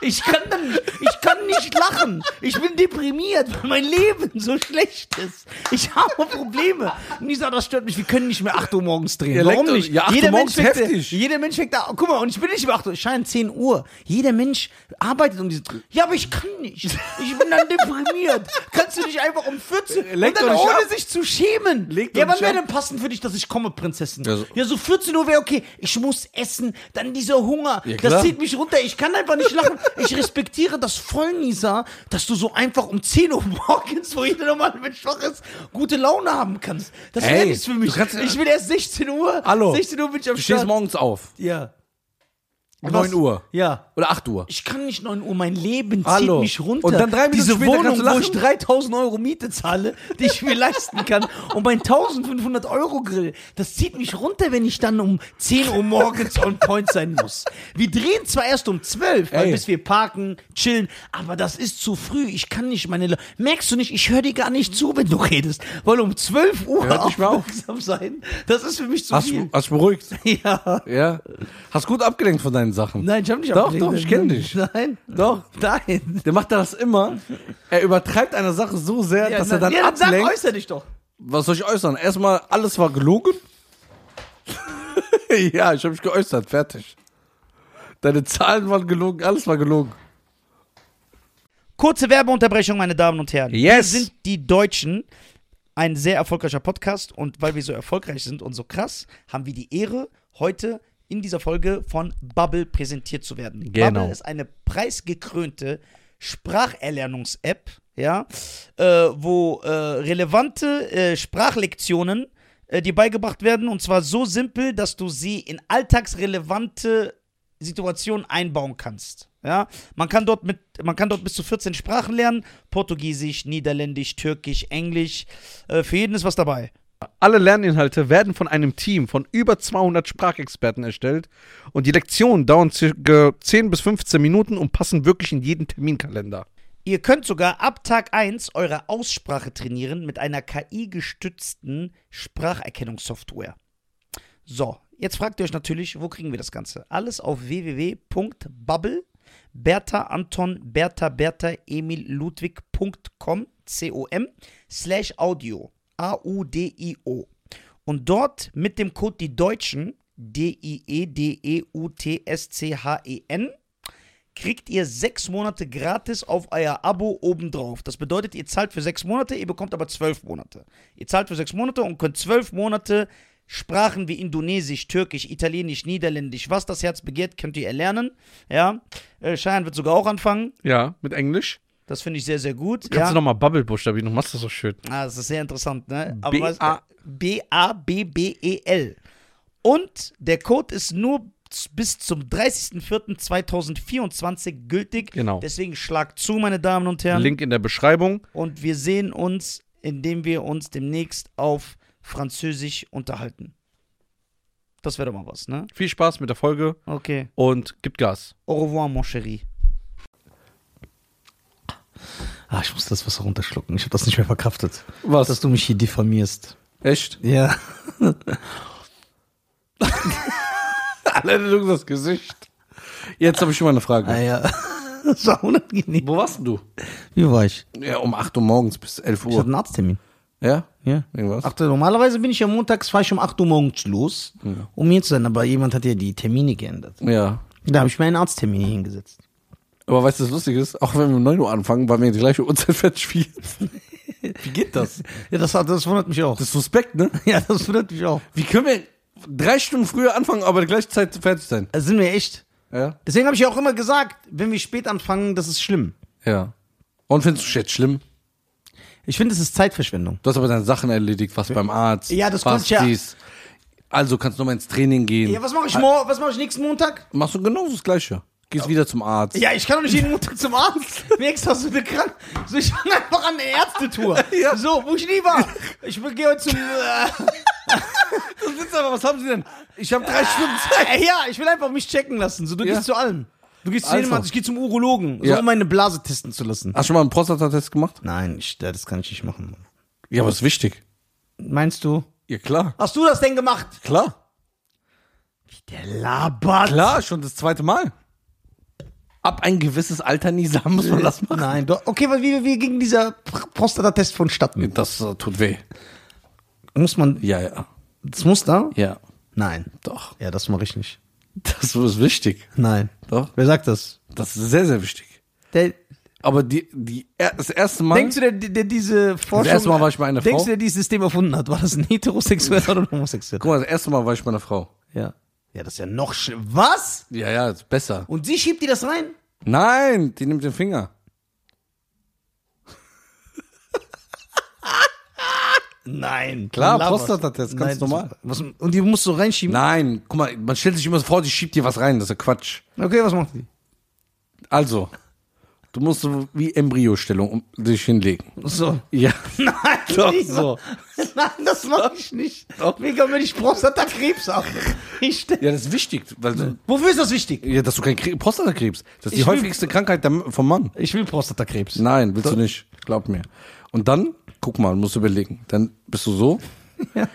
Speaker 3: ich, kann, dann, ich kann nicht lachen. Ich bin deprimiert, weil mein Leben so schlecht ist. Ich habe Probleme. Nisa, das stört mich, wir können nicht mehr 8 Uhr morgens drehen.
Speaker 1: Ja,
Speaker 3: Warum
Speaker 1: leckt euch.
Speaker 3: nicht?
Speaker 1: Ja, 8 Uhr morgens
Speaker 3: Mensch fängt,
Speaker 1: heftig.
Speaker 3: Jeder Mensch fängt da, guck mal, und ich bin nicht mehr 8 Uhr, scheint 10 Uhr. Jeder Mensch arbeitet um diese, ja, aber ich kann nicht. Ich bin dann deprimiert. Kannst du nicht einfach um 14
Speaker 1: Lenkt
Speaker 3: und dann
Speaker 1: doch nicht ab.
Speaker 3: ohne sich zu schämen.
Speaker 1: Legt
Speaker 3: ja,
Speaker 1: uns
Speaker 3: wann wäre
Speaker 1: ab.
Speaker 3: denn passend für dich, dass ich komme, Prinzessin? Ja,
Speaker 1: Ja,
Speaker 3: so,
Speaker 1: so-
Speaker 3: 14 Uhr wäre okay. Ich muss essen, dann dieser Hunger.
Speaker 1: Ja,
Speaker 3: das
Speaker 1: klar.
Speaker 3: zieht mich runter. Ich kann einfach nicht lachen. Ich respektiere das voll, Nisa, dass du so einfach um 10 Uhr morgens, wo jeder normale Mensch wach ist, gute Laune haben kannst. Das wäre
Speaker 1: Ey,
Speaker 3: nichts für mich.
Speaker 1: du kannst-
Speaker 3: ich will erst 16 Uhr.
Speaker 1: Hallo.
Speaker 3: 16 Uhr bin ich am
Speaker 1: Du stehst
Speaker 3: Start.
Speaker 1: morgens auf.
Speaker 3: Ja.
Speaker 1: Um
Speaker 3: Was?
Speaker 1: 9 Uhr.
Speaker 3: Ja.
Speaker 1: Oder 8 Uhr.
Speaker 3: Ich kann nicht 9 Uhr, mein Leben zieht
Speaker 1: Hallo.
Speaker 3: mich runter.
Speaker 1: Und dann drei Minuten
Speaker 3: Diese
Speaker 1: später kannst
Speaker 3: Wohnung,
Speaker 1: du
Speaker 3: wo
Speaker 1: lachen?
Speaker 3: ich 3000 Euro Miete zahle, die ich mir leisten kann, und mein 1500 Euro Grill, das zieht mich runter, wenn ich dann um 10 Uhr morgens on point sein muss. Wir drehen zwar erst um 12, weil
Speaker 1: Ey.
Speaker 3: bis wir parken, chillen, aber das ist zu früh. Ich kann nicht meine. Le Merkst du nicht, ich höre dir gar nicht zu, wenn du redest, weil um 12 Uhr
Speaker 1: Hört nicht mehr auf.
Speaker 3: aufmerksam sein, das ist für mich zu
Speaker 1: Hast
Speaker 3: viel.
Speaker 1: du hast beruhigt?
Speaker 3: Ja.
Speaker 1: Ja. Hast gut abgelenkt von deinen Sachen.
Speaker 3: Nein, ich hab nicht
Speaker 1: Doch,
Speaker 3: abgelehnt.
Speaker 1: doch, ich kenn dich.
Speaker 3: Nein.
Speaker 1: Doch.
Speaker 3: Nein.
Speaker 1: Der macht das immer. Er übertreibt eine Sache so sehr, dass er dann
Speaker 3: ja, dann sag,
Speaker 1: ablenkt.
Speaker 3: äußer dich doch.
Speaker 1: Was soll ich äußern? Erstmal, alles war gelogen. ja, ich habe mich geäußert. Fertig. Deine Zahlen waren gelogen, alles war gelogen.
Speaker 4: Kurze Werbeunterbrechung, meine Damen und Herren.
Speaker 2: Yes.
Speaker 4: Wir sind die Deutschen. Ein sehr erfolgreicher Podcast und weil wir so erfolgreich sind und so krass, haben wir die Ehre, heute in dieser Folge von Bubble präsentiert zu werden.
Speaker 2: Genau.
Speaker 4: Bubble ist eine preisgekrönte Spracherlernungs-App, ja, äh, wo äh, relevante äh, Sprachlektionen äh, dir beigebracht werden und zwar so simpel, dass du sie in alltagsrelevante Situationen einbauen kannst. Ja, man kann dort mit, man kann dort bis zu 14 Sprachen lernen: Portugiesisch, Niederländisch, Türkisch, Englisch. Äh, für jeden ist was dabei.
Speaker 2: Alle Lerninhalte werden von einem Team von über 200 Sprachexperten erstellt und die Lektionen dauern circa 10 bis 15 Minuten und passen wirklich in jeden Terminkalender.
Speaker 4: Ihr könnt sogar ab Tag 1 eure Aussprache trainieren mit einer KI-gestützten Spracherkennungssoftware. So, jetzt fragt ihr euch natürlich, wo kriegen wir das Ganze? Alles auf www.bubble, Bertha Anton, Bertha Bertha Emil Ludwig.com, C-O-M, slash Audio, A-U-D-I-O. Und dort mit dem Code die Deutschen, E D-I-E-D-E-U-T-S-C-H-E-N, kriegt ihr sechs Monate gratis auf euer Abo obendrauf. Das bedeutet, ihr zahlt für sechs Monate, ihr bekommt aber zwölf Monate. Ihr zahlt für sechs Monate und könnt zwölf Monate Sprachen wie Indonesisch, Türkisch, Italienisch, Niederländisch, was das Herz begehrt, könnt ihr erlernen. Ja, äh, Schein wird sogar auch anfangen.
Speaker 2: Ja, mit Englisch?
Speaker 4: Das finde ich sehr, sehr gut.
Speaker 2: Kannst
Speaker 4: ja.
Speaker 2: du nochmal Bubble buchstabieren? Du machst das so schön.
Speaker 4: Ah, das ist sehr interessant, ne? Aber
Speaker 2: B-
Speaker 4: was-
Speaker 2: A-
Speaker 4: B-A-B-B-E-L. E Und der Code ist nur z- bis zum 30.04.2024 gültig.
Speaker 2: Genau.
Speaker 4: Deswegen schlag zu, meine Damen und Herren.
Speaker 2: Link in der Beschreibung.
Speaker 4: Und wir sehen uns, indem wir uns demnächst auf Französisch unterhalten. Das wäre doch mal was, ne?
Speaker 2: Viel Spaß mit der Folge
Speaker 4: Okay.
Speaker 2: und gibt Gas.
Speaker 4: Au revoir, mon chéri.
Speaker 3: Ah, ich muss das Wasser runterschlucken. Ich habe das nicht mehr verkraftet.
Speaker 1: Was?
Speaker 3: Dass du mich hier diffamierst.
Speaker 1: Echt?
Speaker 3: Ja.
Speaker 1: Alleine durch das Gesicht. Jetzt habe ich schon mal eine Frage.
Speaker 3: Naja. Ah, Das war unangenehm.
Speaker 1: Wo warst denn du?
Speaker 3: Wie war ich?
Speaker 1: Ja, um 8 Uhr morgens bis 11
Speaker 3: Ich hatte
Speaker 1: Uhr.
Speaker 3: einen Arzttermin.
Speaker 1: Ja?
Speaker 3: Ja.
Speaker 1: Irgendwas?
Speaker 3: Ach, normalerweise bin ich ja montags, fahre ich um 8 Uhr morgens los, um hier zu sein. Aber jemand hat ja die Termine geändert.
Speaker 1: Ja.
Speaker 3: Da habe ich mir einen Arzttermin hier hingesetzt.
Speaker 1: Aber weißt du, was lustig ist? Auch wenn wir um 9 Uhr anfangen, waren wir die gleiche Uhrzeit fertig wie Wie geht das?
Speaker 3: Ja, das, hat- das wundert mich auch.
Speaker 1: Das ist suspekt, ne?
Speaker 3: ja, das wundert mich auch.
Speaker 1: Wie können wir drei Stunden früher anfangen, aber die gleiche Zeit fertig sein?
Speaker 3: Also sind wir echt.
Speaker 1: Ja.
Speaker 3: Deswegen habe ich ja auch immer gesagt, wenn wir spät anfangen, das ist schlimm.
Speaker 1: Ja. Und findest du jetzt schlimm?
Speaker 3: Ich finde, das ist Zeitverschwendung.
Speaker 1: Du hast aber deine Sachen erledigt, was beim Arzt,
Speaker 3: Ja, das
Speaker 1: was
Speaker 3: kommt ja.
Speaker 1: dies. Also kannst du nochmal ins Training gehen.
Speaker 3: Ja, was mache ich, mor- was mach ich nächsten Montag?
Speaker 1: Machst du genau das Gleiche. Gehst wieder zum Arzt.
Speaker 3: Ja, ich kann doch nicht jeden Montag zum Arzt. Mir extra so eine Krank. So, ich fange einfach an eine Ärztetour. So, wo ich nie war. Ich gehe heute zum. Äh,
Speaker 1: sitzt aber, was haben sie denn? Ich habe drei Stunden
Speaker 3: äh, ja, ich will einfach mich checken lassen. So, du
Speaker 1: Ja.
Speaker 3: gehst zu allem. Du gehst zu jedem
Speaker 1: Einfach.
Speaker 3: Arzt. Ich gehe zum Urologen. So,
Speaker 1: Ja.
Speaker 3: um meine Blase testen zu lassen.
Speaker 1: Hast du schon mal einen Prostatatest gemacht?
Speaker 3: Nein, ich, das kann ich nicht machen.
Speaker 1: Ja, aber ist wichtig.
Speaker 3: Meinst du?
Speaker 1: Ja, klar.
Speaker 3: Hast du das denn gemacht?
Speaker 1: Klar.
Speaker 3: Der labert.
Speaker 1: Klar, schon das zweite Mal. Ab ein gewisses Alter, Nisa, muss man das machen.
Speaker 3: Nein, doch. Okay, aber wie, wie ging dieser Pr- Prostatatest vonstatten?
Speaker 1: Das äh, tut weh.
Speaker 3: Muss man
Speaker 1: Ja, ja.
Speaker 3: das Muster?
Speaker 1: Ja.
Speaker 3: Nein.
Speaker 1: Doch.
Speaker 3: Ja, das mache ich nicht.
Speaker 1: Das ist wichtig.
Speaker 3: Nein.
Speaker 1: Doch.
Speaker 3: Wer sagt das?
Speaker 1: Das ist sehr, sehr wichtig.
Speaker 3: Der,
Speaker 1: Aber die, die, er- das erste Mal.
Speaker 3: denkst du, der, der diese Forschung...
Speaker 1: erste Mal war ich bei einer
Speaker 3: Denkst
Speaker 1: Frau.
Speaker 3: du, der dieses System erfunden hat? War das ein heterosexueller oder ein
Speaker 1: Guck
Speaker 3: homosexueller?
Speaker 1: mal, das erste Mal war ich bei einer Frau.
Speaker 3: Ja. Ja, das ist ja noch schlimm. Was?
Speaker 1: Ja, ja, ist besser.
Speaker 3: Und sie schiebt dir das rein?
Speaker 1: Nein, die nimmt den Finger.
Speaker 3: Nein.
Speaker 1: Klar,
Speaker 3: Labert.
Speaker 1: Prostatatest, ganz
Speaker 3: Nein, das-
Speaker 1: normal.
Speaker 3: Was, und die musst du reinschieben?
Speaker 1: Nein, guck mal, man stellt sich immer so vor, die schiebt dir was rein, das ist ja Quatsch.
Speaker 3: Okay, was macht die?
Speaker 1: Also, du musst so wie Embryostellung um dich hinlegen.
Speaker 3: So.
Speaker 1: Ja,
Speaker 3: Nein,
Speaker 1: Doch,
Speaker 3: Lisa.
Speaker 1: so.
Speaker 3: Nein, das mache ich nicht. Mega, wenn ich Prostatakrebs habe. Ich ste-
Speaker 1: ja, das ist wichtig, weil du,
Speaker 3: Wofür ist das wichtig?
Speaker 1: ja, dass du keinen Kre- Prostatakrebs, das ist die
Speaker 3: Ich will-
Speaker 1: häufigste Krankheit der, vom Mann.
Speaker 3: Ich will Prostatakrebs.
Speaker 1: Nein, willst du nicht, glaub mir. Und dann, guck mal, musst du überlegen, dann bist du so.
Speaker 3: Ja.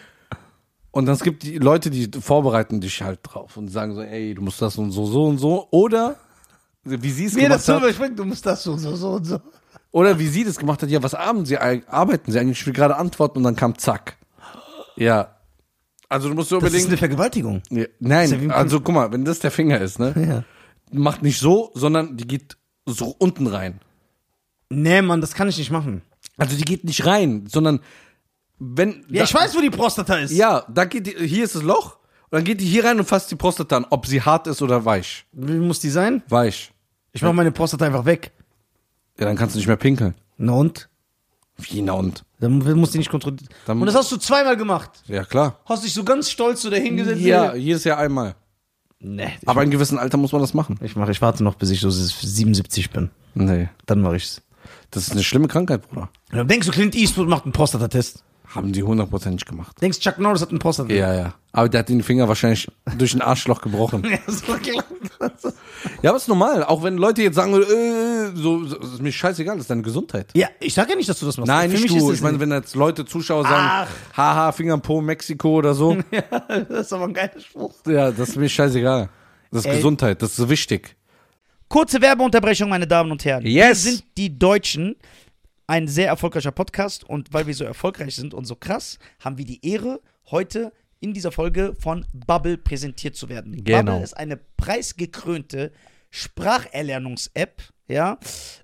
Speaker 1: Und dann es gibt die Leute, die vorbereiten dich halt drauf und sagen so, ey, du musst das und so, so und so. Oder wie sie es
Speaker 3: Mir
Speaker 1: gemacht
Speaker 3: das zu
Speaker 1: hat.
Speaker 3: überspringen, du musst das so, so, so und so.
Speaker 1: Oder wie sie das gemacht hat, ja, was haben sie, eig- arbeiten sie eigentlich? Ich will gerade antworten und dann kam zack. Ja. Also du musst so überlegen.
Speaker 3: Vergewaltigung.
Speaker 1: Ja, nein,
Speaker 3: ja wie ein
Speaker 1: also guck mal, wenn das der Finger ist, ne?
Speaker 3: Ja.
Speaker 1: Macht nicht so, sondern die geht so unten rein.
Speaker 3: Nee, Mann, das kann ich nicht machen.
Speaker 1: Also die geht nicht rein, sondern wenn.
Speaker 3: Ja, ich weiß, wo die Prostata ist.
Speaker 1: Ja, da geht die, hier ist das Loch und dann geht die hier rein und fasst die Prostata an, ob sie hart ist oder weich.
Speaker 3: Wie muss die sein?
Speaker 1: Weich.
Speaker 3: Ich mache meine Prostata einfach weg.
Speaker 1: Ja, dann kannst du nicht mehr pinkeln.
Speaker 3: Na und?
Speaker 1: Wie na und?
Speaker 3: Dann muss die nicht kontrolliert.
Speaker 1: Dann-
Speaker 3: und das hast du zweimal gemacht.
Speaker 1: Ja, klar.
Speaker 3: Hast dich so ganz stolz so dahingesetzt.
Speaker 1: Ja, jedes Jahr einmal.
Speaker 3: Also Nee.
Speaker 1: Aber in einem gewissen Alter muss man das machen.
Speaker 3: Ich mache, ich warte noch, bis ich so 77 bin.
Speaker 1: Nee.
Speaker 3: Dann mache ich's.
Speaker 1: Das ist eine schlimme Krankheit, Bruder.
Speaker 3: Ja, Denkst du, Clint Eastwood macht einen Prostatatest?
Speaker 1: Haben die hundertprozentig gemacht.
Speaker 3: Denkst du, Chuck Norris hat einen Prostatatest?
Speaker 1: Ja, ja. Aber der hat den Finger wahrscheinlich durch ein Arschloch gebrochen.
Speaker 3: Ja, das war klar.
Speaker 1: Ja, aber ist normal. Auch wenn Leute jetzt sagen, äh, so, so ist mir scheißegal, das ist deine Gesundheit.
Speaker 3: ja, ich sag ja nicht, dass du das machst.
Speaker 1: Nein,
Speaker 3: Für
Speaker 1: nicht
Speaker 3: mich ist
Speaker 1: du.
Speaker 3: das
Speaker 1: Ich meine, wenn jetzt Leute, Zuschauer sagen, haha, Finger im Po, Mexiko oder so.
Speaker 3: Das ist aber ein geiler Spruch.
Speaker 1: ja, das ist mir scheißegal. Das ist Gesundheit, das ist wichtig.
Speaker 4: Kurze Werbeunterbrechung, meine Damen und Herren.
Speaker 2: Yes.
Speaker 4: Wir sind die Deutschen. Ein sehr erfolgreicher Podcast und weil wir so erfolgreich sind und so krass, haben wir die Ehre, heute in dieser Folge von Bubble präsentiert zu werden.
Speaker 2: Genau.
Speaker 4: Bubble ist eine preisgekrönte Spracherlernungs-App, ja,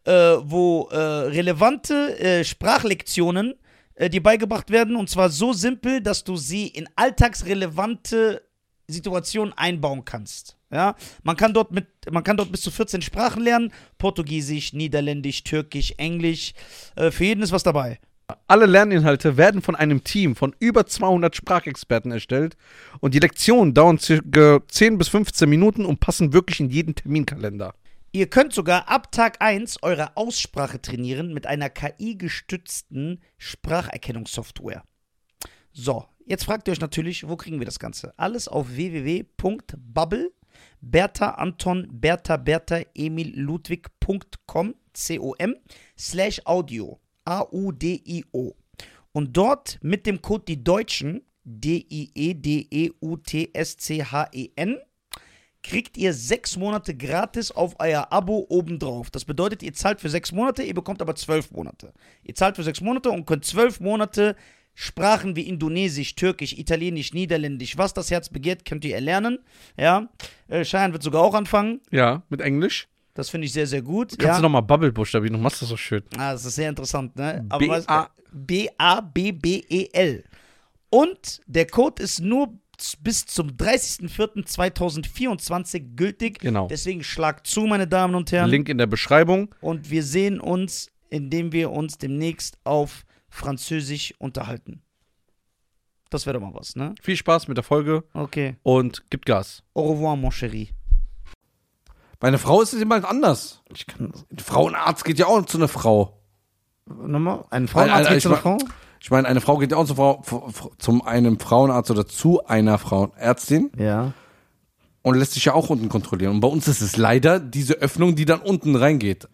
Speaker 4: äh, wo äh, relevante äh, Sprachlektionen äh, dir beigebracht werden und zwar so simpel, dass du sie in alltagsrelevante Situation einbauen kannst. Ja, man kann dort mit, man kann dort bis zu 14 Sprachen lernen: Portugiesisch, Niederländisch, Türkisch, Englisch. Äh, für jeden ist was dabei.
Speaker 2: Alle Lerninhalte werden von einem Team von über 200 Sprachexperten erstellt und die Lektionen dauern circa 10 bis 15 Minuten und passen wirklich in jeden Terminkalender.
Speaker 4: Ihr könnt sogar ab Tag 1 eure Aussprache trainieren mit einer KI-gestützten Spracherkennungssoftware. So, jetzt fragt ihr euch natürlich, wo kriegen wir das Ganze? Alles auf www.bubble, Bertha Anton, Bertha Bertha Emil Ludwig.com, C-O-M, slash Audio, A-U-D-I-O. Und dort mit dem Code die Deutschen, E D-I-E-D-E-U-T-S-C-H-E-N, kriegt ihr sechs Monate gratis auf euer Abo obendrauf. Das bedeutet, ihr zahlt für sechs Monate, ihr bekommt aber zwölf Monate. Ihr zahlt für sechs Monate und könnt zwölf Monate Sprachen wie Indonesisch, Türkisch, Italienisch, Niederländisch, was das Herz begehrt, könnt ihr erlernen. Ja, äh, Schein wird sogar auch anfangen.
Speaker 2: Ja, mit Englisch.
Speaker 4: Das finde ich sehr, sehr gut.
Speaker 2: Kannst
Speaker 4: ja.
Speaker 2: du nochmal Bubble buchstabieren, du machst das so schön.
Speaker 4: Ah, das ist sehr interessant, ne?
Speaker 2: B-
Speaker 4: was-
Speaker 2: A-
Speaker 4: B-A-B-B-E-L. E Und der Code ist nur z- bis zum 30.04.2024 gültig.
Speaker 2: Genau.
Speaker 4: Deswegen schlag zu, meine Damen und Herren.
Speaker 2: Link in der Beschreibung.
Speaker 4: Und wir sehen uns, indem wir uns demnächst auf Französisch unterhalten. Das wäre doch mal was, ne?
Speaker 2: Viel Spaß mit der Folge
Speaker 4: Okay.
Speaker 2: und gibt Gas.
Speaker 4: Au revoir, mon chéri.
Speaker 1: Meine Frau ist jemand anders.
Speaker 3: Ich kann das.
Speaker 1: Ein Frauenarzt geht ja auch zu einer Frau.
Speaker 3: Nochmal, eine Frau, als
Speaker 2: also,
Speaker 1: Alter,
Speaker 3: geht's
Speaker 1: ich
Speaker 3: zu einer
Speaker 1: mach-
Speaker 3: Frau?
Speaker 1: Ich meine, eine Frau geht ja auch zu, Frau, zum einem Frauenarzt oder zu einer Frauenärztin
Speaker 3: Ja.
Speaker 1: und lässt sich ja auch unten kontrollieren. Und bei uns ist es leider diese Öffnung, die dann unten reingeht.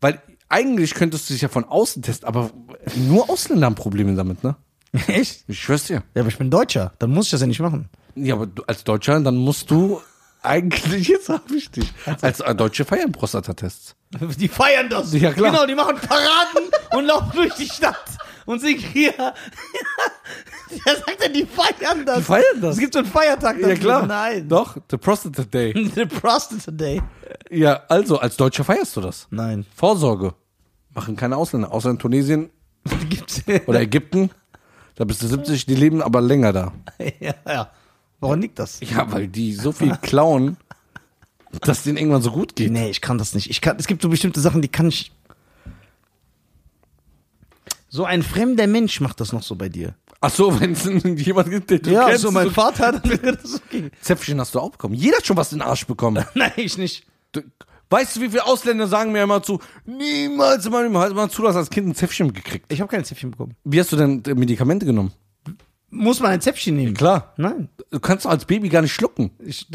Speaker 1: Weil eigentlich könntest du dich ja von außen testen, aber nur Ausländer haben Probleme damit, ne?
Speaker 3: Echt?
Speaker 1: Ich schwör's dir.
Speaker 3: Ja, aber ich bin Deutscher, dann muss ich das ja nicht machen.
Speaker 1: Ja, aber du, als Deutscher, dann musst du eigentlich, jetzt hab ich dich, als äh, Deutsche feiern Prostatatests.
Speaker 6: Die feiern das.
Speaker 1: Ja, klar.
Speaker 6: Genau, die machen Paraden und laufen durch die Stadt und singen hier. Der sagt ja, die feiern das.
Speaker 1: Die feiern das.
Speaker 6: Es gibt so einen Feiertag.
Speaker 1: Ja,
Speaker 6: dafür.
Speaker 1: klar.
Speaker 6: Nein.
Speaker 1: Doch, the Prostate Day.
Speaker 6: The Prostitute Day.
Speaker 1: ja, also, als Deutscher feierst du das.
Speaker 3: Nein.
Speaker 1: Vorsorge. Machen keine Ausländer, außer in Tunesien
Speaker 6: Gibt's.
Speaker 1: oder Ägypten. Da bist du 70, die leben aber länger da.
Speaker 6: ja, ja. Woran liegt das?
Speaker 1: Ja, weil die so viel klauen, dass denen irgendwann so gut geht.
Speaker 3: Nee, ich kann das nicht. Ich kann, es gibt so bestimmte Sachen, die kann ich. So ein fremder Mensch macht das noch so bei dir.
Speaker 1: Ach so, wenn es jemand gibt, der du
Speaker 3: Ja,
Speaker 1: kennst.
Speaker 3: so mein
Speaker 6: Vater hat das okay.
Speaker 1: Zäpfchen hast du auch bekommen. Jeder hat schon was in den Arsch bekommen.
Speaker 6: Nein, ich nicht.
Speaker 1: Du, weißt du, wie viele Ausländer sagen mir immer zu, niemals in meinem Hals mal zu, dass als Kind ein Zäpfchen gekriegt.
Speaker 3: Ich habe keine Zäpfchen bekommen.
Speaker 1: Wie hast du denn äh, Medikamente genommen?
Speaker 3: Muss man ein Zäpfchen nehmen?
Speaker 1: Klar.
Speaker 3: Nein.
Speaker 1: Du kannst doch als Baby gar nicht schlucken.
Speaker 3: Ich,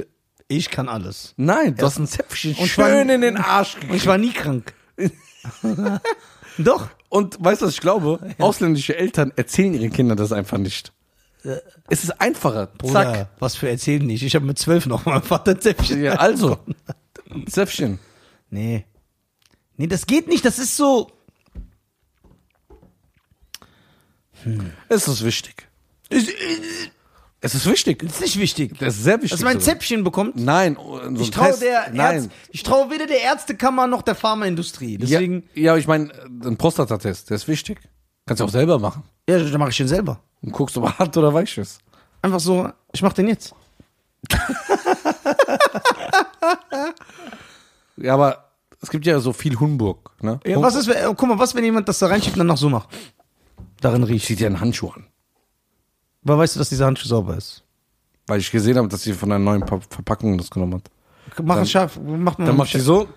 Speaker 3: ich kann alles.
Speaker 1: Nein, du hast ein Zäpfchen
Speaker 3: Und
Speaker 1: schön
Speaker 3: schön-
Speaker 1: in den Arsch gekriegt.
Speaker 3: Und ich war nie krank. Doch.
Speaker 1: Und weißt du, was ich glaube? Ausländische Eltern erzählen ihren Kindern das einfach nicht. Es ist einfacher.
Speaker 3: Zack.
Speaker 1: Zack.
Speaker 3: was für erzählen nicht. Ich habe mit zwölf noch mal Vater Zäpfchen.
Speaker 1: Ja, also. Zäpfchen.
Speaker 3: Nee. Nee, das geht nicht. Das ist so.
Speaker 1: Es ist wichtig. Es ist wichtig.
Speaker 3: Das ist nicht wichtig.
Speaker 1: äh, Das ist sehr wichtig.
Speaker 3: Dass man ein
Speaker 1: sogar.
Speaker 3: Zäpfchen bekommt.
Speaker 1: Nein. oh, So
Speaker 3: Ich
Speaker 1: ein
Speaker 3: traue
Speaker 1: Test.
Speaker 3: der Ärz-
Speaker 1: Nein.
Speaker 3: ich traue weder der Ärztekammer noch der Pharmaindustrie. Deswegen,
Speaker 1: Ja, ja aber ich meine, äh, ein Prostatatest, der ist wichtig. Kannst du auch selber machen.
Speaker 3: ja, dann mache ich den selber.
Speaker 1: Und guckst, ob er hart oder weich ist.
Speaker 3: Einfach so, ich mache den jetzt.
Speaker 1: Ja, aber es gibt ja so viel Humbug. Ne?
Speaker 3: Ja,
Speaker 1: Hum-
Speaker 3: was ist, wenn- oh, guck mal, was, wenn jemand das da reinschiebt und dann noch so macht? Darin riecht.
Speaker 1: Zieht dir einen Handschuh an.
Speaker 3: Woher weißt du, dass dieser Handschuh sauber ist?
Speaker 1: Weil ich gesehen habe, dass sie von einer neuen Pa- Verpackung das genommen hat.
Speaker 3: Mach ein Schaf, macht man,
Speaker 1: Dann macht die so,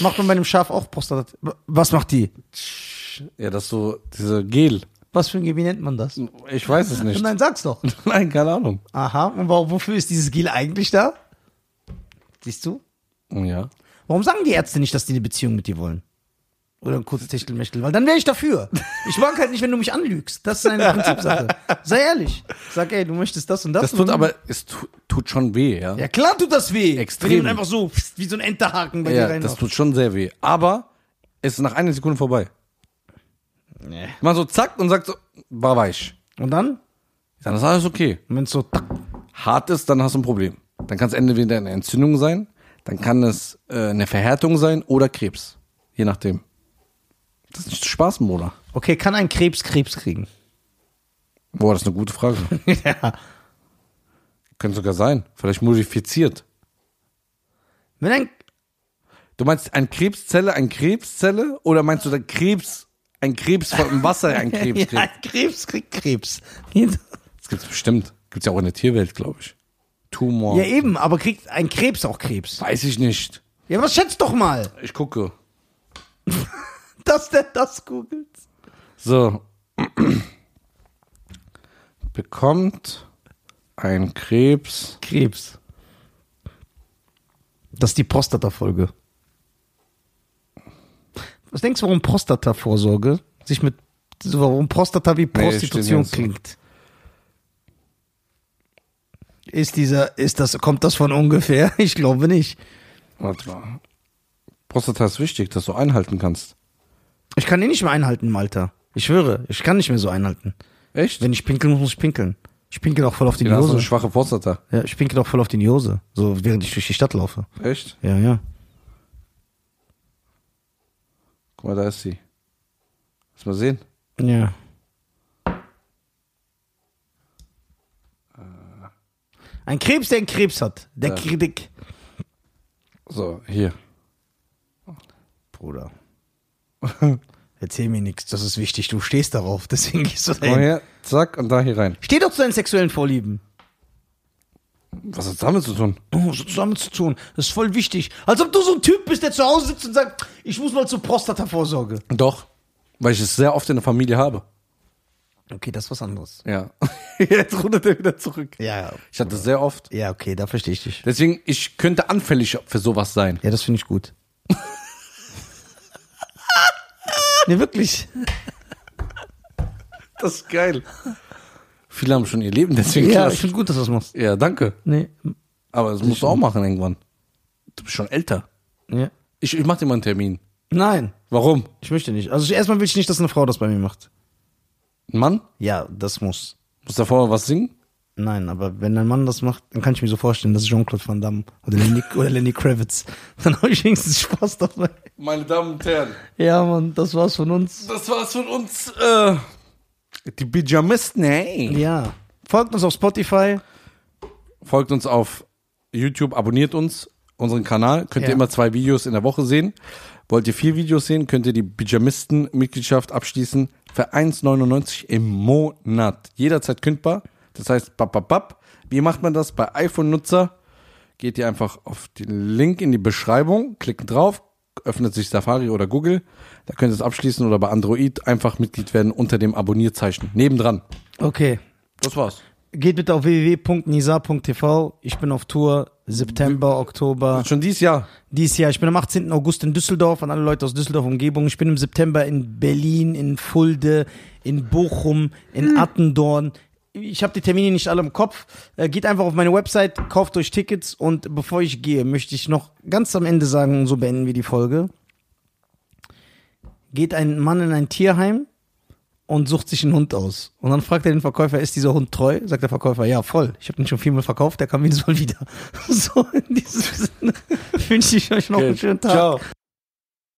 Speaker 3: macht man bei einem Schaf auch Prostat. Was macht die?
Speaker 1: ja, das so, diese Gel.
Speaker 3: Was für ein Gebiet nennt man das?
Speaker 1: Ich weiß es nicht.
Speaker 3: Nein, sag's doch.
Speaker 1: Nein, keine Ahnung.
Speaker 3: Aha, und wa- wofür ist dieses Gel eigentlich da? Siehst du?
Speaker 1: Ja.
Speaker 3: Warum sagen die Ärzte nicht, dass die eine Beziehung mit dir wollen? Oder ein kurzes Techtelmechtel? Weil dann wäre ich dafür. Ich mag halt nicht, wenn du mich anlügst. Das ist eine Prinzipsache. Sei ehrlich. Sag, ey, du möchtest das und das.
Speaker 1: Das tut
Speaker 3: und-
Speaker 1: aber, es tu, tut schon weh, ja.
Speaker 3: Ja, klar tut das weh.
Speaker 1: Extrem.
Speaker 3: Wenn jemand einfach so pst, wie so ein Enterhaken bei dir
Speaker 1: Ja,
Speaker 3: rein.
Speaker 1: das tut schon sehr weh. Aber es ist nach einer Sekunde vorbei. Mal so zack und sagt so, war weich.
Speaker 3: und dann,
Speaker 1: Dann ist alles okay.
Speaker 3: wenn es so tack,
Speaker 1: hart ist, dann hast du ein Problem. Dann kann es entweder eine Entzündung sein, dann kann es äh, eine Verhärtung sein oder Krebs. Je nachdem. Das ist nicht Spaß, Mola.
Speaker 3: okay, kann ein Krebs Krebs kriegen?
Speaker 1: Boah, das ist eine gute Frage.
Speaker 3: ja.
Speaker 1: Könnte sogar sein. Vielleicht modifiziert.
Speaker 3: Wenn ein,
Speaker 1: Du meinst ein Krebszelle, ein Krebszelle? Oder meinst du der Krebs, ein Krebs von im Wasser, ein Krebs?
Speaker 6: Ja,
Speaker 1: Krebs?
Speaker 6: Krebs kriegt Krebs.
Speaker 1: Das gibt's bestimmt. Gibt's ja auch in der Tierwelt, glaube ich. Tumor.
Speaker 3: ja eben, aber kriegt ein Krebs auch Krebs?
Speaker 1: Weiß ich nicht.
Speaker 3: Ja, was schätzt doch mal,
Speaker 1: Ich gucke.
Speaker 3: dass der das googelt.
Speaker 1: So. Bekommt ein Krebs.
Speaker 3: Krebs. Das ist die Prostata-Folge. Was denkst du, warum Prostata-Vorsorge sich mit, so, warum Prostata wie Prostitution
Speaker 1: steht hier so.
Speaker 3: klingt? Ist dieser, ist das, kommt das von ungefähr? Ich glaube nicht.
Speaker 1: Warte mal. Prostata ist wichtig, dass du einhalten kannst.
Speaker 3: Ich kann ihn nicht mehr einhalten, Malta. Ich schwöre, ich kann nicht mehr so einhalten.
Speaker 1: Echt?
Speaker 3: Wenn ich pinkeln muss, muss ich pinkeln. Ich pinkel auch voll auf die
Speaker 1: Ja, hast du eine
Speaker 3: Hose.
Speaker 1: schwache Prostata.
Speaker 3: Ja, ich pinkel auch voll auf die Hose. So, während ich durch die Stadt laufe.
Speaker 1: Echt?
Speaker 3: Ja, ja.
Speaker 1: Guck mal, da ist sie. Lass mal sehen.
Speaker 3: Ja. Äh. Ein Krebs, der einen Krebs hat. Der
Speaker 1: Ja.
Speaker 3: Kritik.
Speaker 1: So, hier.
Speaker 3: Bruder. Erzähl mir nichts, das ist wichtig. Du stehst darauf, deswegen gehst du
Speaker 1: Komm
Speaker 3: dahin.
Speaker 1: her, zack, und da hier rein.
Speaker 3: Steh doch zu deinen sexuellen Vorlieben.
Speaker 1: Was hat das damit zu tun?
Speaker 3: Oh, so zusammen zu tun, das ist voll wichtig. Als ob du so ein Typ bist, der zu Hause sitzt und sagt, ich muss mal zur Prostata-Vorsorge.
Speaker 1: Doch, weil ich es sehr oft in der Familie habe.
Speaker 3: Okay, das ist was anderes.
Speaker 1: Ja. Jetzt rundet er wieder zurück.
Speaker 3: Ja,
Speaker 1: Ich hatte sehr oft.
Speaker 3: ja, okay, da verstehe ich dich.
Speaker 1: Deswegen, ich könnte anfällig für sowas sein.
Speaker 3: Ja, das finde ich gut. nee, wirklich.
Speaker 1: Das ist geil. Viele haben schon ihr Leben deswegen
Speaker 3: Ja, ich
Speaker 1: gelassen.
Speaker 3: finde gut, dass du das machst.
Speaker 1: Ja, danke.
Speaker 3: Nee.
Speaker 1: Aber das musst du auch machen irgendwann. Du bist schon älter.
Speaker 3: Ja.
Speaker 1: Ich, ich mach dir mal einen Termin.
Speaker 3: Nein,
Speaker 1: Warum?
Speaker 3: ich möchte nicht. Also ich- erstmal will ich nicht, dass eine Frau das bei mir macht.
Speaker 1: Ein Mann?
Speaker 3: Ja, das muss.
Speaker 1: Muss da vorher was singen?
Speaker 3: Nein, aber wenn ein Mann das macht, dann kann ich mir so vorstellen, dass Jean-Claude Van Damme oder Lenny, oder Lenny Kravitz. Dann habe ich wenigstens Spaß dabei.
Speaker 1: Meine Damen und Herren,
Speaker 3: Ja, Mann, das war's von uns.
Speaker 1: das war's von uns. Äh, die Pyjamisten, hey.
Speaker 3: Ja. Folgt uns auf Spotify.
Speaker 1: Folgt uns auf YouTube, abonniert uns, unseren Kanal. Könnt ihr
Speaker 3: Ja.
Speaker 1: immer zwei Videos in der Woche sehen. Wollt ihr vier Videos sehen, könnt ihr die Pyjamisten-Mitgliedschaft abschließen. Für 1,99 im Monat. Jederzeit kündbar. Das heißt, bap, bap, bap. Wie macht man das? Bei iPhone-Nutzer geht ihr einfach auf den Link in die Beschreibung, klickt drauf, öffnet sich Safari oder Google. Da könnt ihr es abschließen oder bei Android einfach Mitglied werden unter dem Abonnierzeichen. Nebendran.
Speaker 3: Okay.
Speaker 1: Das war's.
Speaker 3: Geht bitte auf www.nisa.tv. Ich bin auf Tour. September, Oktober.
Speaker 1: Schon dieses Jahr.
Speaker 3: Dieses Jahr. Ich bin am 18. August in Düsseldorf an alle Leute aus Düsseldorf Umgebung. Ich bin im September in Berlin, in Fulde, in Bochum, in Attendorn. Ich habe die Termine nicht alle im Kopf. Äh, Geht einfach auf meine Website, kauft euch Tickets und bevor ich gehe, möchte ich noch ganz am Ende sagen, und so beenden wir die Folge. Geht ein Mann in ein Tierheim und sucht sich einen Hund aus. Und dann fragt er den Verkäufer, ist dieser Hund treu? Sagt der Verkäufer, ja, voll. Ich habe den schon viermal verkauft, der kam jedes Mal wieder. So, in diesem Sinne wünsche ich euch noch einen schönen Tag.
Speaker 1: Ciao.